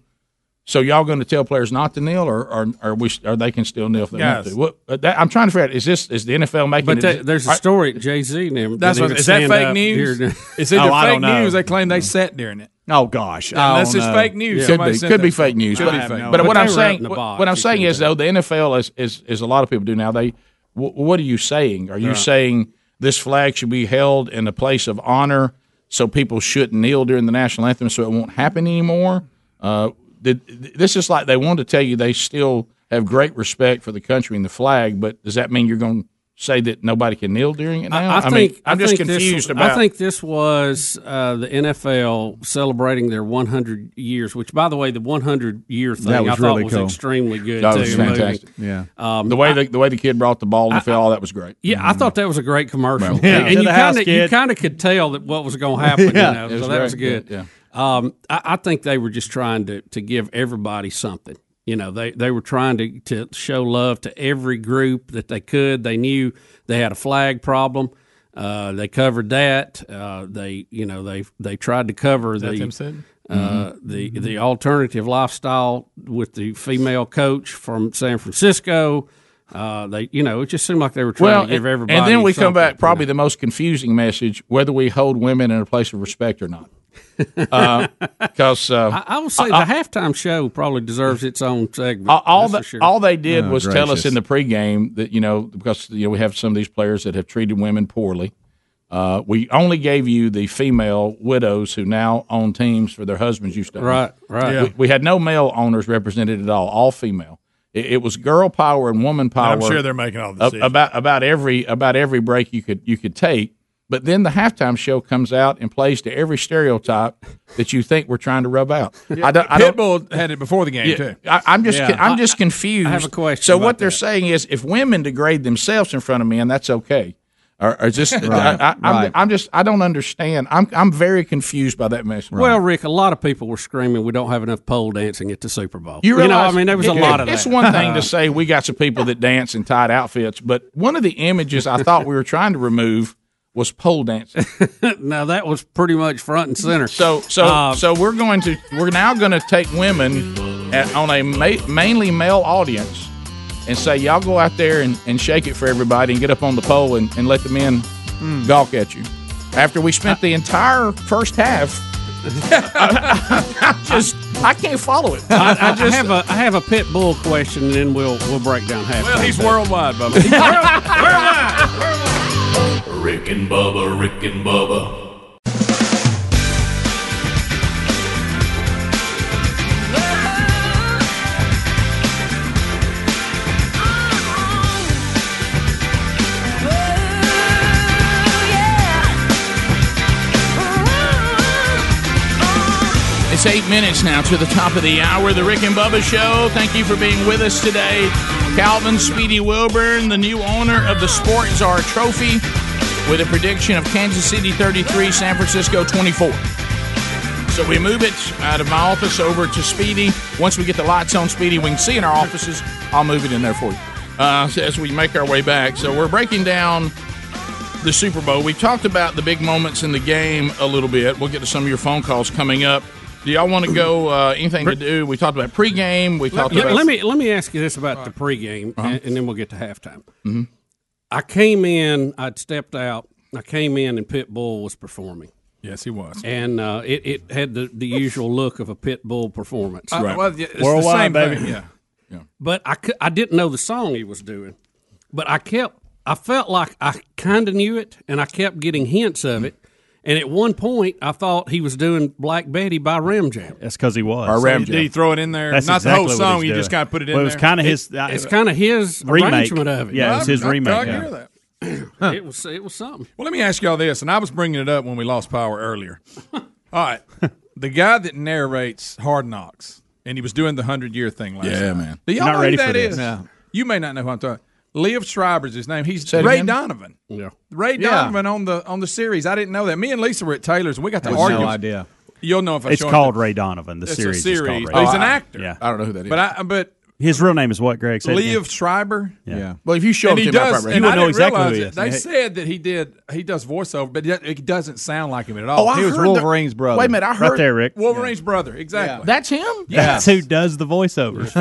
so y'all going to tell players not to kneel, or or or, we, or they can still kneel if they want Yes. to? What uh, that, I'm trying to figure out is this is the NFL making? But it- that, there's a are- story at Jay Z now. That's what- Is that fake news? It's either Oh, I fake don't know. news. They claim they sat during it. Oh gosh, Yeah, I that's don't just know. fake news. Could Somebody be, sent could that be to me. fake news. Could but be fake news. but But what they I'm were out saying, in the what, box. what I'm You saying couldn't is though the NFL is is, is a lot of people do now. They wh- what are you saying? Are you Right. saying this flag should be held in a place of honor so people shouldn't kneel during the national anthem so it won't happen anymore? Uh, did, this is like they want to tell you they still have great respect for the country and the flag, but does that mean you're going to say that nobody can kneel during it now? I, I think mean, I'm I just think this- confused about. I think this was uh, the NFL celebrating their 100 years, which, by the way, the 100 year thing That I was thought really was cool. extremely good. That too, was and moving. fantastic. Yeah, um, the way the, the way the kid brought the ball in the field, all that was great. Mm-hmm. Yeah, I thought that was a great commercial, Yeah. and, To and you the house, kind of you kid. kind of could tell that what was going to happen. Yeah. you know, It so was that was very good, good. Um, I, I think they were just trying to to give everybody something. You know, they they were trying to to show love to every group that they could. They knew they had a flag problem. Uh, they covered that. Uh, they you know they they tried to cover Is that the them said? uh, the Mm-hmm. the alternative lifestyle with the female coach from San Francisco. Uh, they, you know, it just seemed like they were trying to give and- everybody. And then we something. come back probably the most confusing message: whether we hold women in a place of respect or not. Because uh, I, I will say the halftime show probably deserves its own segment. all, all that's the, for sure. all they did was tell us in the pregame that you know because you know we have some of these players that have treated women poorly. Uh, we only gave you the female widows who now own teams for their husbands used to. own. Right, right. We, we had no male owners represented at all. All female. It, it was girl power and woman power. I'm sure they're making all the Ab- decisions. about about every about every break you could you could take. But then the halftime show comes out and plays to every stereotype that you think we're trying to rub out. I don't, I don't, Pitbull had it before the game Yeah, too. I, I'm just Yeah. I'm just confused. I have a question So about what they're saying is, if women degrade themselves in front of men, that's okay. Or, or just Right, I, I, right. am I'm just I don't understand. I'm I'm very confused by that message. Well, Rick, a lot of people were screaming we don't have enough pole dancing at the Super Bowl. You realize, know, I mean, there was a it- lot of that. It's one thing to say we got some people that dance in tight outfits, but one of the images I thought we were trying to remove was pole dancing. now that was pretty much front and center. So, so, Uh, so we're going to we're now going to take women at, on a ma- mainly male audience and say y'all go out there and, and shake it for everybody and get up on the pole and, and let the men gawk at you. After we spent the entire first half, I just I can't follow it. I, I just have a I have a pit bull question, and then we'll we'll break down half. Well, he's worldwide, Rick and Bubba, Rick and Bubba. It's eight minutes now to the top of the hour. The Rick and Bubba Show. Thank you for being with us today. Calvin Speedy Wilburn, the new owner of the Sports Czar Trophy, with a prediction of Kansas City 33, San Francisco 24. So we move it out of my office over to Speedy. Once we get the lights on Speedy, we can see in our offices. I'll move it in there for you uh, as we make our way back. So we're breaking down the Super Bowl. We talked about the big moments in the game a little bit. We'll get to some of your phone calls coming up. Do y'all want to go uh, anything to do? We talked about pregame. We Let, talked let- about let me let me ask you this about the pregame, and, and then we'll get to halftime. Mhm. I came in, I'd stepped out, I came in, and Pit Bull was performing, Yes, he was. and uh, it it had the, the usual look of a Pit Bull performance. Uh, well, yeah, it's the same thing, yeah. But I, cou- I didn't know the song he was doing, but I kept I felt like I kind of knew it, and I kept getting hints of it. And at one point, I thought he was doing Black Betty by Ram Jam. That's because he was. Or Ram So you- Jam. did you throw it in there? Not the whole what he's song, you just doing. kinda put it in Well, It was there? kind of his. uh, It- it's kinda his remake. arrangement of it. Yeah, it was his I- I- I remake. hear yeah. that. It was it was something. Well, let me ask y'all this, and I was bringing it up when we lost power earlier. All right, the guy that narrates Hard Knocks, and he was doing the hundred year thing last Yeah, night. man. Do y'all Not know ready who for that this. is? No. You may not know who I'm talking. Liv Schreiber's his name. He's Say it Ray again? Donovan. Yeah. Ray Yeah. Donovan on the on the series. I didn't know that. Me and Lisa were at Taylor's. and We got to With argue. no idea. You'll know if I It's show him called the- Ray Donovan. The It's a series. Is series, Oh, called but Ray he's an Donovan. actor. Yeah. I don't know who that is. But I but His real name is what, Greg? Say it again. Liv Schreiber. Yeah. Yeah. Well, if you show and it he to him, I'll does, probably and You would I know didn't exactly who realize he it. is. They Hey. said that he did he does voiceover, but yet it doesn't sound like him at all. Oh, I he was heard the- Wolverine's brother. Wait a minute, I Right heard there, Rick. Wolverine's brother, exactly. That's him. That's who does the voiceovers.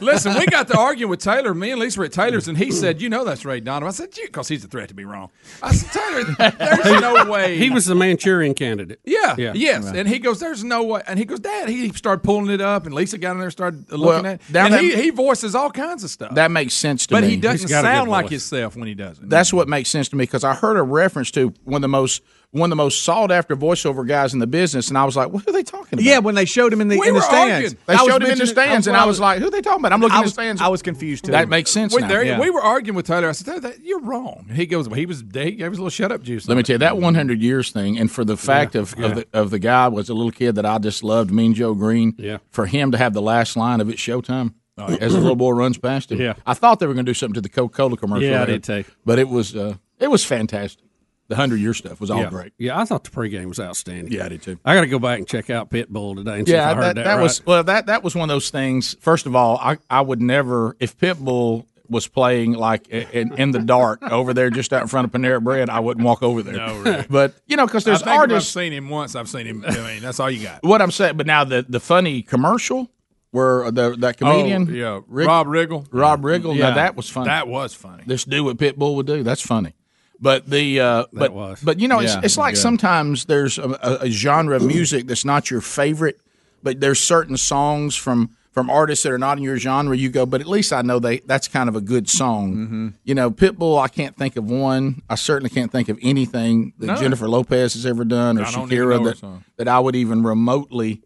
Listen, we got to arguing with Taylor. Me and Lisa were at Taylor's, and he said, "You know that's Ray Donovan." I said, "Because he's a threat to be wrong." I said, "Taylor, there's no way." He was the Manchurian candidate. Yeah, Yeah. yes. Right. And he goes, There's no way. And he goes, Dad, he started pulling it up, and Lisa got in there and started looking Well, at it. now And that- he, he voices all kinds of stuff. That makes sense to but me. he doesn't sound like himself when he does it. That's what makes sense to me because I heard a reference to one of the most one of the most sought after voiceover guys in the business, and I was like, "What are they talking about?" Yeah, when they showed him in the We in the were stands, arguing. They I was showed him in the mentioning- stands, and I was like, "Who are they talking about?" I'm looking I in the was- stands. I was confused too. That makes sense. We, now. there- we were arguing with Taylor. I said, "Taylor, that- You're wrong. He goes, well, He was, he gave us a little shut up juice. Let me tell you that 100 years thing, and for the fact of, yeah. of the of the guy was a little kid that I just loved, Mean Joe Green. Yeah. For him to have the last line of it, Showtime, uh, as the little boy runs past him. Yeah. I thought they were going to do something to the Coca Cola commercial. Yeah, I later, did too. But it was uh, it was fantastic. The 100 year stuff was all yeah. great. Yeah, I thought the pregame was outstanding. Yeah, I did too. I got to go back and check out Pitbull today and see Yeah, if I that, heard that, that, right. was well. That that was one of those things. First of all, I, I would never if Pitbull was playing like i- in, in the dark over there, just out in front of Panera Bread, I wouldn't walk over there. No, really. but you know, because I there's think if artists. I've seen him once. I've seen him. I mean, that's all you got. What I'm saying, but now the the funny commercial where the that comedian, Oh, yeah, Rig- Rob Riggle. Rob Riggle. Yeah. Now that was funny. That was funny. This do what Pitbull would do. That's funny. But the uh, but was. but you know Yeah, it's it's like yeah. sometimes there's a, a, a genre of music that's not your favorite, but there's certain songs from from artists that are not in your genre, you go, but at least I know they that's kind of a good song. Mm-hmm. You know, Pitbull, I can't think of one. I certainly can't think of anything that No. Jennifer Lopez has ever done or I don't even know Shakira her that, that I would even remotely,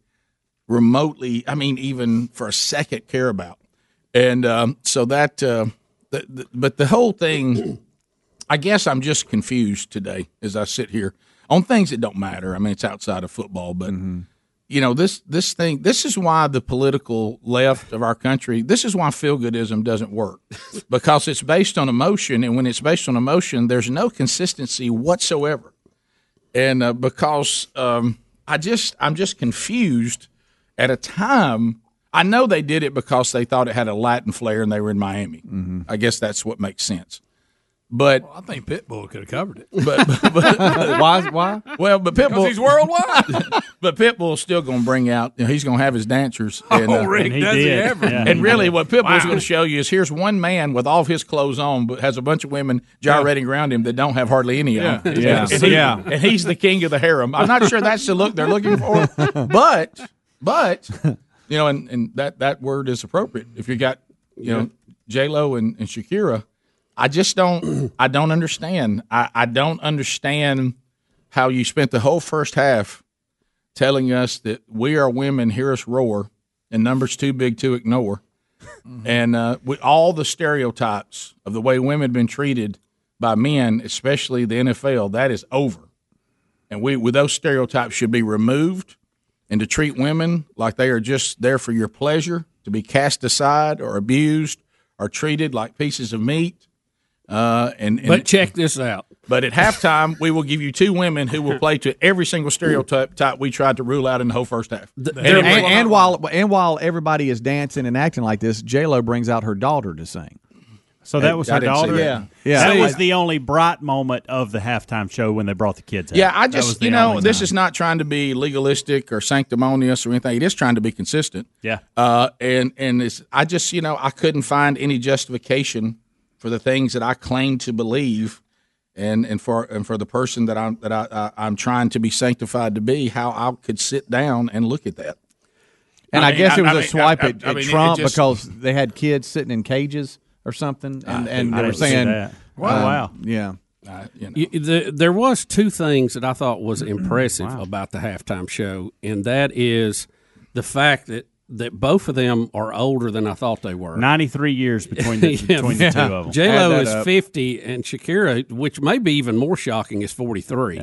remotely, I mean, even for a second care about. And um, so that, uh, the, the, but the whole thing, I guess I'm just confused today as I sit here on things that don't matter. I mean, it's outside of football, but you know this this thing this is why the political left of our country this is why feel goodism doesn't work because it's based on emotion and when it's based on emotion there's no consistency whatsoever and uh, because um, i just i'm just confused at a time i know they did it because they thought it had a latin flair and they were in miami i guess that's what makes sense but I think Pitbull could have covered it. but, but, but Why- why? Well, but Because Pitbull he's worldwide. but Pitbull's still going to bring out. You know, he's going to have his dancers. And, uh, Oh, Rick, And he does he did. ever. Yeah. And really, what Pitbull's Wow. going to show you is here's one man with all of his clothes on, but has a bunch of women gyrating around him that don't have hardly any on. Yeah. Yeah. And, he- Yeah. and he's the king of the harem. I'm not sure that's the look they're looking for, but but you know, and, and that that word is appropriate if you got you know J Lo and, and Shakira. I just don't. I don't understand. I, I don't understand how you spent the whole first half telling us that we are women, hear us roar, and numbers too big to ignore, and uh, with all the stereotypes of the way women have been treated by men, especially the NFL, that is over, and we with those stereotypes should be removed, and to treat women like they are just there for your pleasure, to be cast aside or abused or treated like pieces of meat. Uh, and, and But check this out. but at halftime, we will give you two women who will play to every single stereotype type we tried to rule out in the whole first half. And, and, and while and while everybody is dancing and acting like this, J Lo brings out her daughter to sing. So that was her daughter. Yeah, yeah. That was the only bright moment of the halftime show when they brought the kids out. yeah, I That was just the you know only this time. is not trying to be legalistic or sanctimonious or anything. It is trying to be consistent. Yeah. Uh, and and it's I just you know I couldn't find any justification for the things that I claim to believe, and and for and for the person that I'm that I, I I'm trying to be sanctified to be, how I could sit down and look at that. And I, mean, guess it was I a mean, swipe I- I- at, I at mean, it Trump just- because they had kids sitting in cages or something, and, and I they were didn't see saying, that. um, Wow. yeah." Y- the- there was two things that I thought was Mm-hmm. impressive about the halftime show, and that is the fact that, that both of them are older than I thought they were. 93 years between the, between the two of them. J Lo is fifty, and Shakira, which may be even more shocking, is forty three.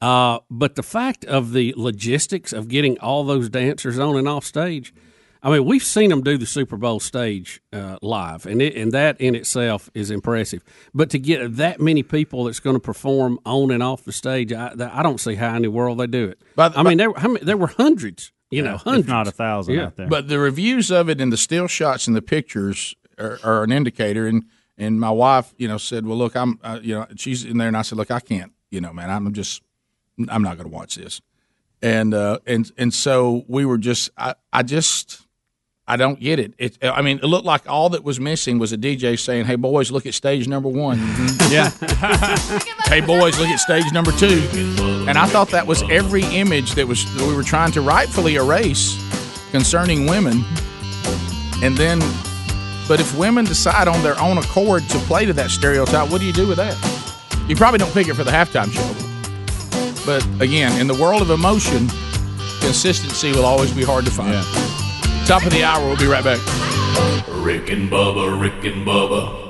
Uh, but the fact of the logistics of getting all those dancers on and off stage, I mean, we've seen them do the Super Bowl stage uh, live, and it, and that in itself is impressive. But to get that many people that's going to perform on and off the stage, I, that- I don't see how in the world they do it. I mean, there, were- how many, there were hundreds, you know, hundreds, Yeah. But the reviews of it and the still shots and the pictures are, are an indicator. And and my wife, you know, said, "Well, look, I'm, uh, you know, she's in there," and I said, "Look, I can't, you know, man, I'm just, I'm not going to watch this." And uh, and and so we were just, I, I just. I don't get it. it. I mean, it looked like all that was missing was a DJ saying, "Hey boys, look at stage number one." Yeah. hey boys, look at stage number two. And I thought that was every image that was that we were trying to rightfully erase concerning women. And then, but if women decide on their own accord to play to that stereotype, what do you do with that? You probably don't pick it for the halftime show. But again, in the world of emotion, consistency will always be hard to find. Top of the hour, we'll be right back. Rick and Bubba, Rick and Bubba.